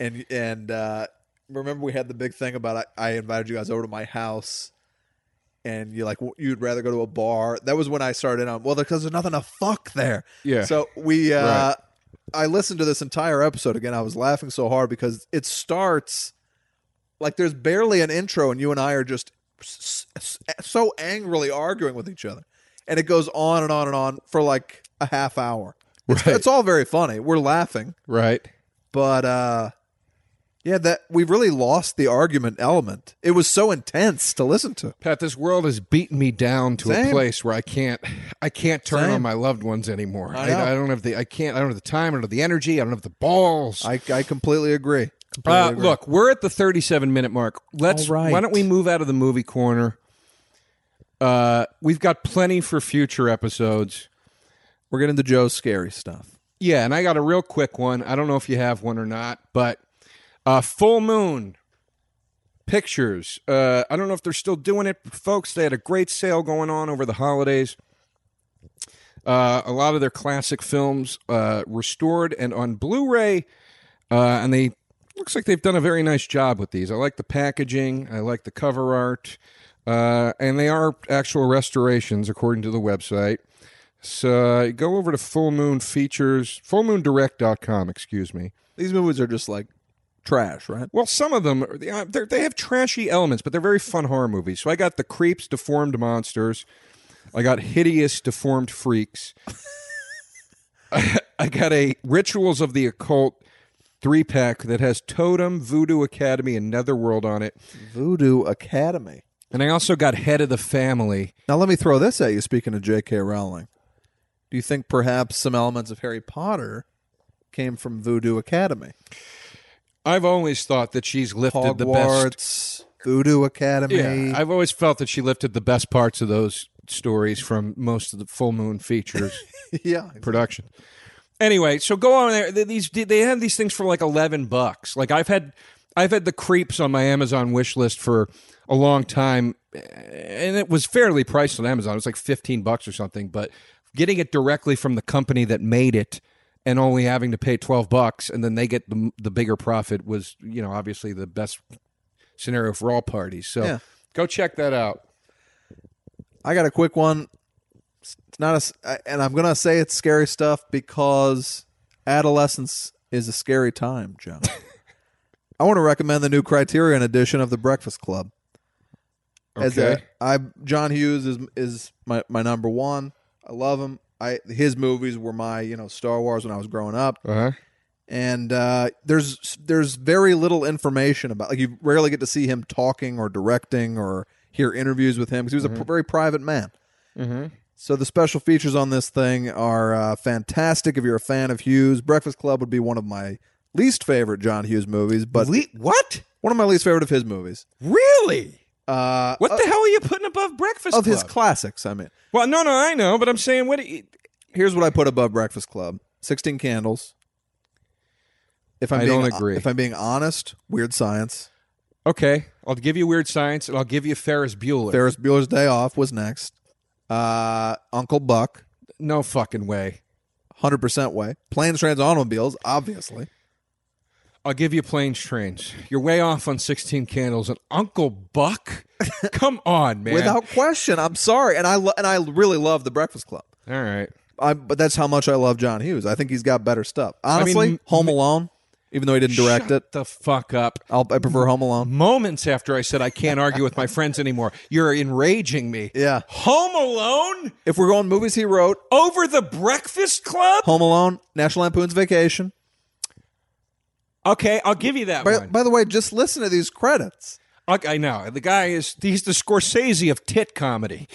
B: and and uh, remember we had the big thing about I, I invited you guys over to my house. And you like w- you'd rather go to a bar. That was when I started on. Well, because there's nothing to fuck there.
C: Yeah.
B: So we, uh,
C: Right.
B: I listened to this entire episode again. I was laughing so hard because it starts like there's barely an intro, and you and I are just s- s- so angrily arguing with each other, and it goes on and on and on for like a half hour. It's,
C: Right.
B: it's all very funny. We're laughing,
C: Right.
B: but uh, yeah, that we really lost the argument element. It was so intense to listen to.
C: Pat, this world has beaten me down to a
B: Same.
C: place where I can't, I can't turn
B: Same.
C: on my loved ones anymore.
B: I
C: I,
B: know.
C: I, don't have the, I can't, I don't have the time, I don't have the energy, I don't have the balls.
B: I, I completely agree. Completely
C: uh,
B: agree.
C: look, we're at the 37 minute mark. Let's.
B: All right.
C: Why don't we move out of the movie corner? Uh, we've got plenty for future episodes.
B: we're getting to Joe's scary stuff.
C: Yeah, and I got a real quick one. I don't know if you have one or not, but uh, full moon pictures. Uh, I don't know if they're still doing it, but folks. They had a great sale going on over the holidays. Uh, a lot of their classic films uh, restored and on Blu-ray, uh, and they looks like they've done a very nice job with these. I like the packaging. I like the cover art, uh, and they are actual restorations according to the website. So uh, go over to Full Moon Features, fullmoondirect.com, excuse me.
B: These movies are just like trash, right?
C: Well, some of them are- they- they're- they have trashy elements, but they're very fun horror movies. So I got the creeps, deformed monsters. I got hideous, deformed freaks. I got a rituals of the occult three pack that has Totem, Voodoo Academy, and Netherworld on it,
B: Voodoo Academy.
C: and I also got Head of the Family.
B: Now let me throw this at you. Speaking of J.K. Rowling, do you think perhaps some elements of Harry Potter came from Voodoo Academy,
C: I've always thought that she's lifted the best
B: Hogwarts, Voodoo Academy?
C: Yeah, I've always felt that she lifted the best parts of those stories from most of the Full Moon features
B: yeah.
C: production. Anyway, so go on there. Th- These they have these things for like eleven bucks. Like I've had, I've had the creeps on my Amazon wish list for a long time, eh, and it was fairly priced on Amazon. It was like fifteen bucks or something. But getting it directly from the company that made it and only having to pay twelve bucks, and then they get the, the bigger profit was, you know, obviously the best scenario for all parties. So
B: Yeah.
C: go check that out.
B: I got a quick one. It's not a, s- I- and I'm gonna say it's scary stuff because adolescence is a scary time, John. I want to recommend the new Criterion edition of The Breakfast Club. As a,
C: Okay.
B: I John Hughes is is my, my number one. I love him. I his movies were my you know Star Wars when I was growing up.
C: uh-huh.
B: and uh, there's there's very little information about like you rarely get to see him talking or directing or hear interviews with him because he was a pr-
C: Mm-hmm.
B: very private man.
C: Mhm.
B: So the special features on this thing are uh, fantastic. If you're a fan of Hughes, Breakfast Club would be one of my least favorite John Hughes movies, but
C: Le- what?
B: one of my least favorite of his movies.
C: Really?
B: Uh,
C: What
B: of,
C: the hell are you putting above Breakfast
B: of his
C: Club?
B: classics? I mean,
C: well, no, no, I know, but I'm saying what?
B: here's what I put above Breakfast Club: Sixteen Candles. If I'm
C: I
B: being,
C: don't agree.
B: If I'm being honest, Weird Science,
C: Okay, I'll give you Weird Science, and I'll give you Ferris Bueller.
B: Ferris Bueller's Day Off was next. Uh, Uncle Buck,
C: no fucking way.
B: hundred percent way. Planes, Trains, Automobiles, obviously.
C: I'll give you Planes, Trains. You're way off on 16 Candles and Uncle Buck. Come on, man.
B: Without question, I'm sorry, and I lo- and I really love The Breakfast Club.
C: All right.
B: I, but that's how much I love John Hughes. I think he's got better stuff. Honestly,
C: m-
B: Home Alone, even though he didn't direct
C: Shut
B: it,
C: the fuck up.
B: I'll, I prefer Home Alone.
C: Moments after I said I can't argue with my friends anymore, you're enraging me.
B: Yeah.
C: Home Alone
B: If we're going movies he wrote,
C: over the Breakfast Club.
B: Home Alone, National Lampoon's Vacation.
C: Okay, I'll give you that
B: By,
C: one.
B: by the way, just listen to these credits.
C: I, I know the guy is he's the Scorsese of tit comedy.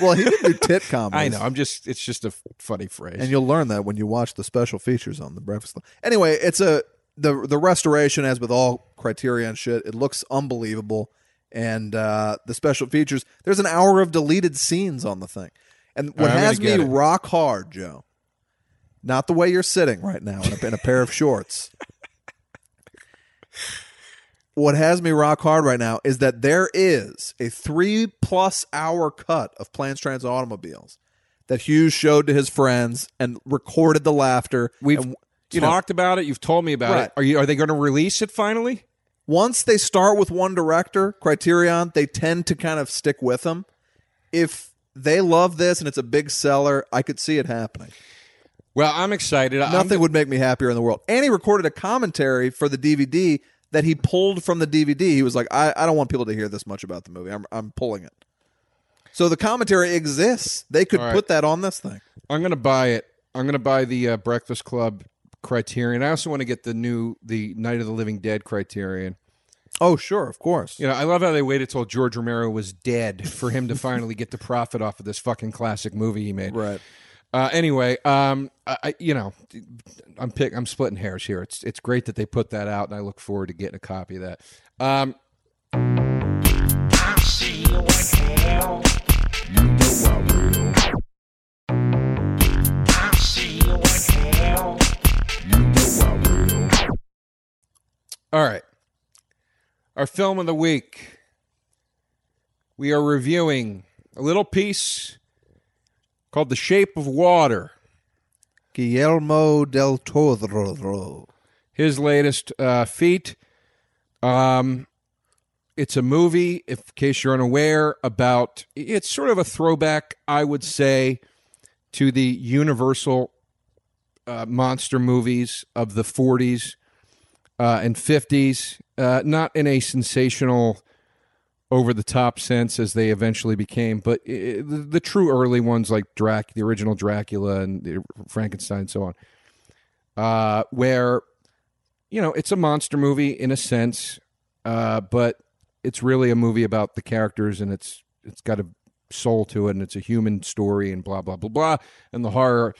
B: Well, he did do tit comedies.
C: I know. I'm just it's just a f- funny phrase.
B: and you'll learn that when you watch the special features on the Breakfast Club. Anyway, it's a the the restoration, as with all Criterion shit, it looks unbelievable, and uh, the special features. There's an hour of deleted scenes on the thing, and what
C: I'm gonna
B: has me
C: get it.
B: rock hard, Joe. Not the way you're sitting right now in a, in a pair of shorts. What has me rock hard right now is that there is a three plus hour cut of Plans, Trans, and Automobiles that Hughes showed to his friends and recorded the laughter.
C: We've
B: And know-
C: talked about it. You've told me about
B: Right.
C: it. Are you are they going to release it finally?
B: once they start with one director, Criterion, they tend to kind of stick with them. If they love this and it's a big seller, I could see it happening.
C: Well, I'm excited. I'm-
B: Nothing would make me happier in the world. And he recorded a commentary for the DVD that he pulled from the DVD. He was like, I, I don't want people to hear this much about the movie. I'm, I'm pulling it. So the commentary exists. They could
C: All right.
B: put that on this thing.
C: I'm going to buy it. I'm going to buy the uh, Breakfast Club Criterion. I also want to get the new the Night of the Living Dead Criterion.
B: Oh, sure, of course.
C: You know, I love how they waited till George Romero was dead for him to finally get the profit off of this fucking classic movie he made.
B: Right.
C: Uh, anyway, um, I, I, you know, I'm pick, I'm splitting hairs here. It's it's great that they put that out, and I look forward to getting a copy of that. Um,
D: I'll see you in hell. I'll see you in hell.
C: all right, our film of the week. We are reviewing a little piece called "The Shape of Water,"
B: Guillermo del Toro.
C: his latest uh, feat. Um, it's a movie, if, in case you're unaware, about it's sort of a throwback, I would say, to the Universal uh, monster movies of the 40s uh, and 50s, uh, not in a sensational, over the top sense as they eventually became, but i i- the, the true early ones like Drac, the original Dracula and the Frankenstein, and so on, uh, where you know, it's a monster movie in a sense, uh, but it's really a movie about the characters and it's it's got a soul to it and it's a human story and blah blah blah blah and the horror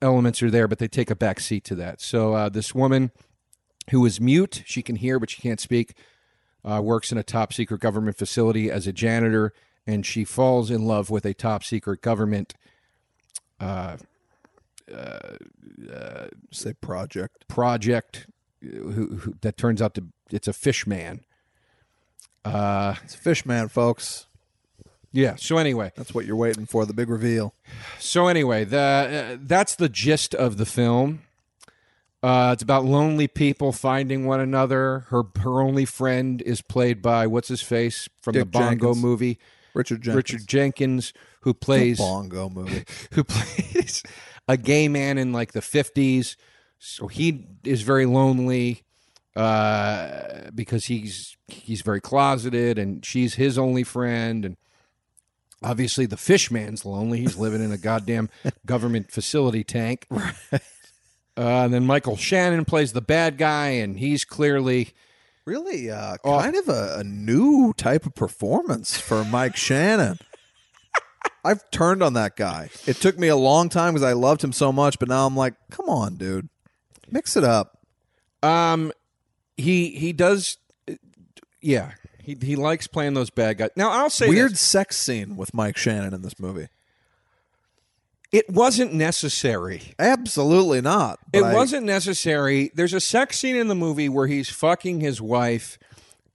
C: elements are there, but they take a back seat to that. So uh, this woman who is mute, she can hear but she can't speak, uh, works in a top secret government facility as a janitor, and she falls in love with a top secret government
B: Say project.
C: project uh, who, who, that turns out to it's a fish man.
B: It's Fishman, folks.
C: Yeah. So anyway,
B: That's what you're waiting for, the big reveal.
C: so anyway, the uh, that's the gist of the film. Uh, it's about lonely people finding one another. Her her only friend is played by what's his face from the
B: Dick
C: Bongo
B: Jenkins.
C: movie,
B: Richard Jenkins.
C: Richard Jenkins, who
B: It's a
C: plays
B: bongo movie.
C: who plays a gay man in like the 50s. So he is very lonely uh, because he's he's very closeted and she's his only friend and obviously the fish man's lonely. He's living in a goddamn government facility tank. Uh, and then Michael Shannon plays the bad guy, and he's clearly
B: Really, uh,
C: Oh.
B: kind of a, a new type of performance for Mike Shannon. I've turned on that guy. It took me a long time because I loved him so much, but now I'm like, come on, dude, mix it up.
C: Um, he he does, uh, yeah. He he likes playing those bad guys. Now I'll say
B: Weird
C: this.
B: sex scene with Mike Shannon in this movie.
C: It wasn't necessary.
B: Absolutely not. but
C: It
B: I-
C: wasn't necessary. There's a sex scene in the movie where he's fucking his wife,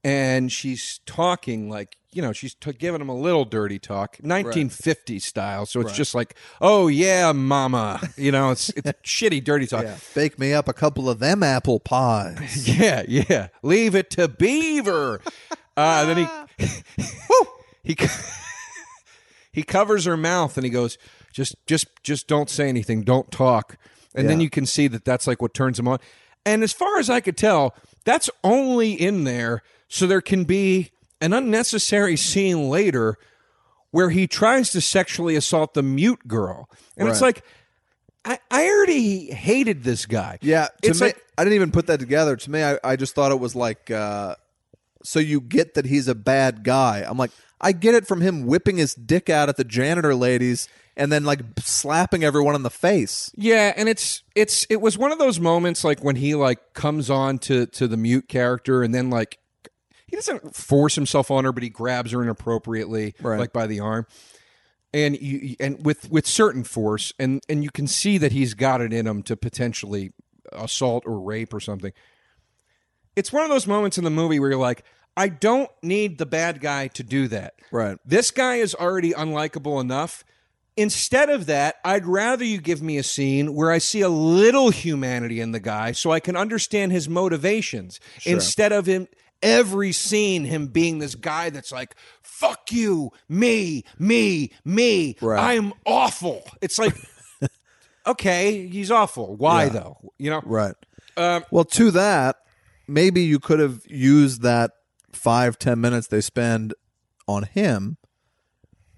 C: and she's talking like you know she's t- giving him a little dirty talk, 1950 style. So it's just like, oh yeah, mama. You know, it's it's shitty dirty talk.
B: Yeah. Bake me up a couple of them apple pies.
C: Yeah, yeah. Leave it to Beaver. Uh, then he Woo! he co- he covers her mouth and he goes, just just just don't say anything, don't talk. And then
B: Yeah.
C: you can see that that's like what turns him on. And as far as I could tell, that's only in there so there can be an unnecessary scene later where he tries to sexually assault the mute girl. And it's
B: Right.
C: like I, I already hated this guy.
B: Yeah, to
C: It's
B: me,
C: like-
B: I didn't even put that together. To me, I, I just thought it was like, uh, so you get that he's a bad guy. I'm like, I get it from him whipping his dick out at the janitor ladies and then like slapping everyone in the face.
C: Yeah, and it's it's it was one of those moments like when he like comes on to to the mute character and then like he doesn't force himself on her, but he grabs her inappropriately,
B: Right.
C: like by the arm, and you you- and with with certain force, and and you can see that he's got it in him to potentially assault or rape or something. It's one of those moments in the movie where you're like, I don't need the bad guy to do that.
B: Right.
C: This guy is already unlikable enough. Instead of that, I'd rather you give me a scene where I see a little humanity in the guy so I can understand his motivations instead of him every scene him being this guy that's like fuck you me me me
B: Right.
C: i'm awful it's like okay he's awful why though you know
B: Right.
C: Um,
B: well, to that, maybe you could have used that five ten minutes they spend on him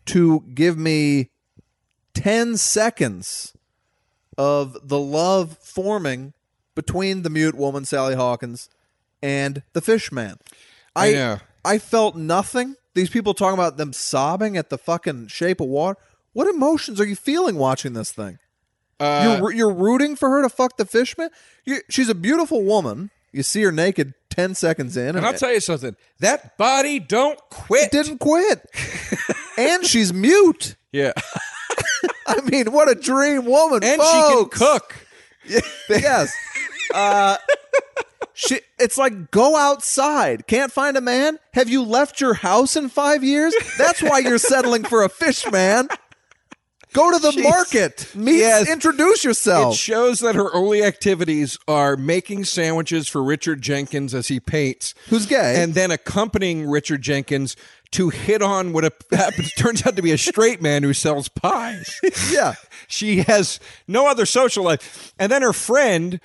B: to give me ten seconds of the love forming between the mute woman Sally Hawkins and the fish man.
C: I know.
B: I felt nothing. These people talking about them sobbing at the fucking shape of water. What emotions are you feeling watching this thing?
C: uh,
B: you're, you're rooting for her to fuck the fishman. You, she's a beautiful woman. You see her naked ten seconds in, and,
C: and i'll tell you something that body don't quit
B: it didn't quit. and she's mute.
C: yeah
B: I mean, what a dream woman!
C: and she can
B: folks.
C: cook
B: yes. Uh, she, it's like go outside. Can't find a man? Have you left your house in five years? That's why you're settling for a fish man. Go to the market. Meet.
C: Yes.
B: Introduce
C: It
B: yourself.
C: shows that her only activities are making sandwiches for Richard Jenkins as he paints,
B: Who's gay?
C: and then accompanying Richard Jenkins to hit on what ap- happens, turns out to be a straight man who sells pies.
B: yeah.
C: she has no other social life. And then her friend,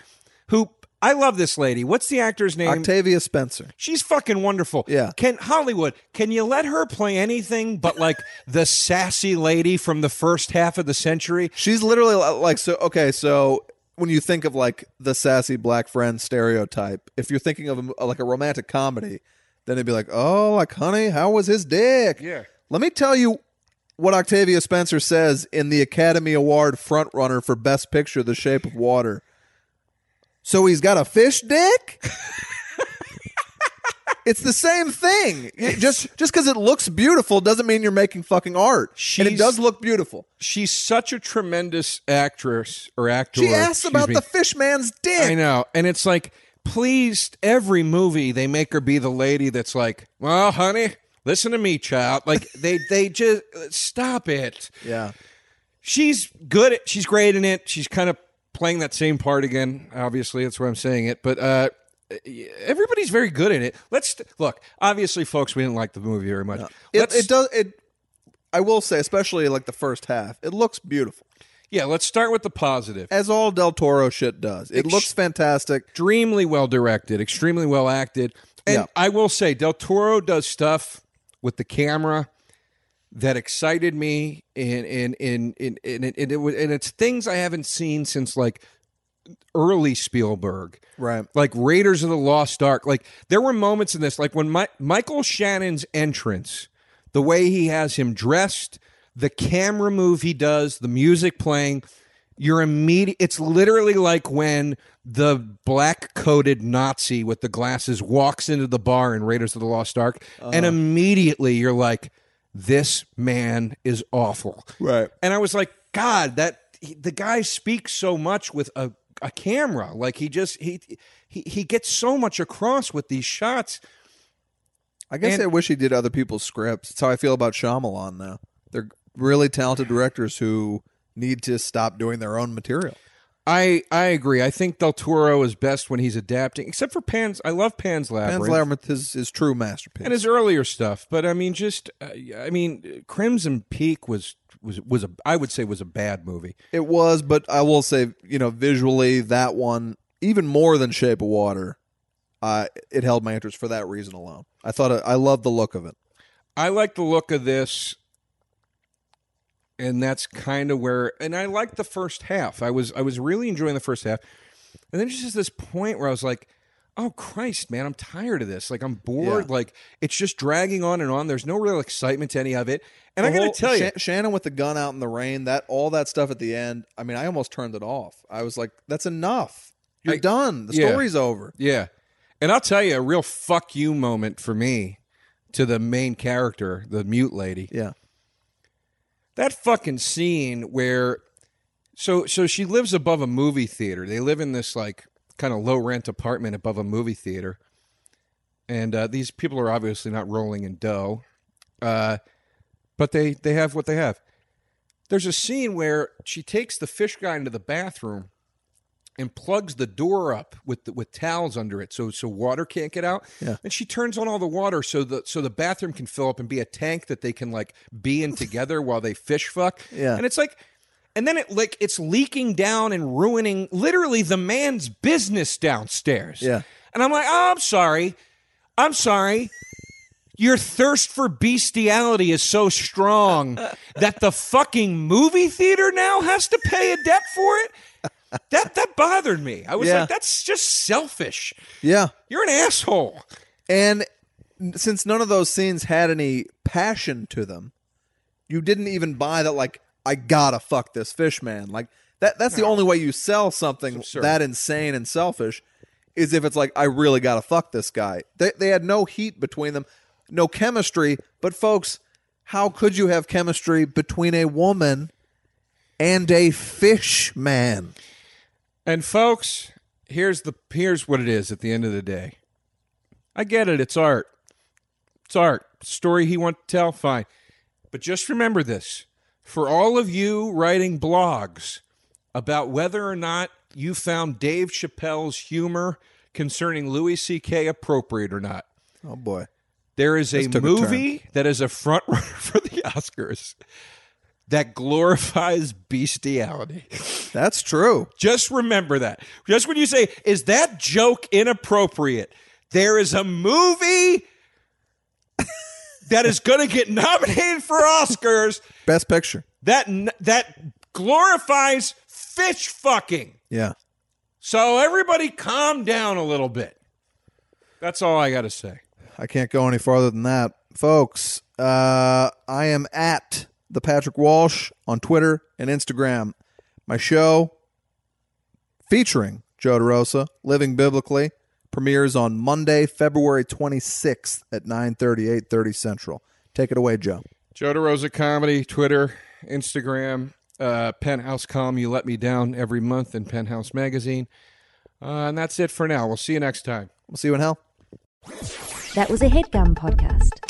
C: who I love this lady. What's the actor's name?
B: Octavia Spencer.
C: She's fucking wonderful.
B: Yeah.
C: Can Hollywood, can you let her play anything but like the sassy lady from the first half of the century?
B: She's literally li- like so. Okay, so when you think of like the sassy black friend stereotype, if you're thinking of a m- uh, like a romantic comedy, then it'd be like, oh, like honey, how was his dick?
C: Yeah.
B: Let me tell you what Octavia Spencer says in the Academy Award frontrunner for Best Picture, The Shape of Water. So he's got a fish dick. It's the same thing. It- just just because it looks beautiful doesn't mean you're making fucking art. and it
C: She's-
B: does look beautiful.
C: she's such a tremendous actress or actor.
B: She asked
C: excuse
B: about
C: me.
B: the fish man's
C: I
B: dick.
C: know, and it's like, please, every movie they make her be the lady that's like, "Well, honey, listen to me, child." Like they, they just uh, stop it.
B: Yeah.
C: She's good. At, she's great in it. She's kind of playing that same part again. Obviously, that's where I'm saying it. But uh, everybody's very good in it. Let's look. Obviously, folks, we didn't like the movie very much.
B: It,
C: Let's-
B: it does. It. I will say, especially like the first half, it looks beautiful,
C: yeah, let's start with the positive.
B: as all Del Toro shit does. It looks fantastic.
C: extremely well directed, extremely well acted. And
B: Yeah.
C: I will say, Del Toro does stuff with the camera that excited me, and and and and and, it- and, it, was- and it's things I haven't seen since like early Spielberg.
B: Right.
C: Like Raiders of the Lost Ark. Like there were moments in this, like when Mi- Michael Shannon's entrance, the way he has him dressed, the camera move he does, the music playing, you're immediate. It's literally like when the black coated Nazi with the glasses walks into the bar in Raiders of the Lost Ark, and immediately you're like, this man is awful.
B: Right.
C: And I was like, God, that he, the guy speaks so much with a, a camera. Like he just he, he he gets so much across with these shots.
B: I guess
C: And-
B: I wish he did other people's scripts. That's how I feel about Shyamalan now. They're really talented directors who need to stop doing their own material.
C: I I agree. I think Del Toro is best when he's adapting, except for Pan's. I love Pan's Labyrinth.
B: Pan's Labyrinth is his true masterpiece.
C: and his earlier stuff, but I mean, just uh, I mean, Crimson Peak was was was a I would say was a bad movie.
B: It was, but I will say, you know, visually that one even more than Shape of Water, uh, it held my interest for that reason alone. I thought it, I loved the look of it.
C: I like the look of this, and that's kind of where. And I liked the first half. I was I was really enjoying the first half, and then just this point where I was like, "Oh Christ, man, I'm tired of this. Like I'm bored.
B: Yeah.
C: Like it's just dragging on and on. There's no real excitement to any of it." And I
B: The
C: got
B: whole-
C: to tell you,
B: Shan- Shannon with the gun out in the rain, that all that stuff at the end. I mean, I almost turned it off. I was like, "That's enough. You're
C: I-
B: done. The
C: yeah.
B: story's over."
C: Yeah. And I'll tell you a real fuck you moment for me to the main character, the mute lady.
B: Yeah.
C: That fucking scene where so so she lives above a movie theater. They live in this like kind of low rent apartment above a movie theater. And uh, these people are obviously not rolling in dough. Uh, but they they have what they have. There's a scene where she takes the fish guy into the bathroom and plugs the door up with the, with towels under it, so so water can't get out.
B: Yeah.
C: And she turns on all the water so the so the bathroom can fill up and be a tank that they can like be in together while they fish fuck.
B: Yeah.
C: And it's like, and then it like it's leaking down and ruining literally the man's business downstairs.
B: Yeah.
C: And I'm like, oh, I'm sorry, I'm sorry. Your thirst for bestiality is so strong that the fucking movie theater now has to pay a debt for it. That that bothered me. I was
B: Yeah.
C: like, that's just selfish.
B: Yeah.
C: You're an asshole.
B: And n- since none of those scenes had any passion to them, you didn't even buy that like I gotta fuck this fish man. Like that that's the only way you sell something
C: absurd.
B: that insane and selfish is if it's like I really gotta fuck this guy. They they had no heat between them, no chemistry, but folks, how could you have chemistry between a woman and a fish man?
C: And folks, here's the here's what it is at the end of the day. I get it, it's art. It's art. Story he want to tell, fine. But just remember this. For all of you writing blogs about whether or not you found Dave Chappelle's humor concerning Louis C.K. appropriate or not.
B: Oh boy.
C: There is a
B: This took a
C: movie that is a front runner for the Oscars that glorifies bestiality.
B: That's true.
C: Just remember that. Just when you say, is that joke inappropriate? There is a movie that is going to get nominated for Oscars
B: Best picture.
C: that that glorifies fish fucking.
B: Yeah.
C: So everybody calm down a little bit. That's all I got to say.
B: I can't go any farther than that, folks. Uh, I am at the Patrick Walsh on Twitter and Instagram. My show featuring Joe DeRosa, Living Biblically, premieres on Monday, February 26th at 9:30, 8:30 Central. Take it away, Joe.
C: Joe DeRosa Comedy, Twitter, Instagram, uh, Penthouse Com, You Let Me Down every month in Penthouse Magazine. Uh, and that's it for now. We'll see you next time.
B: We'll see you in hell.
A: That was a headgum podcast.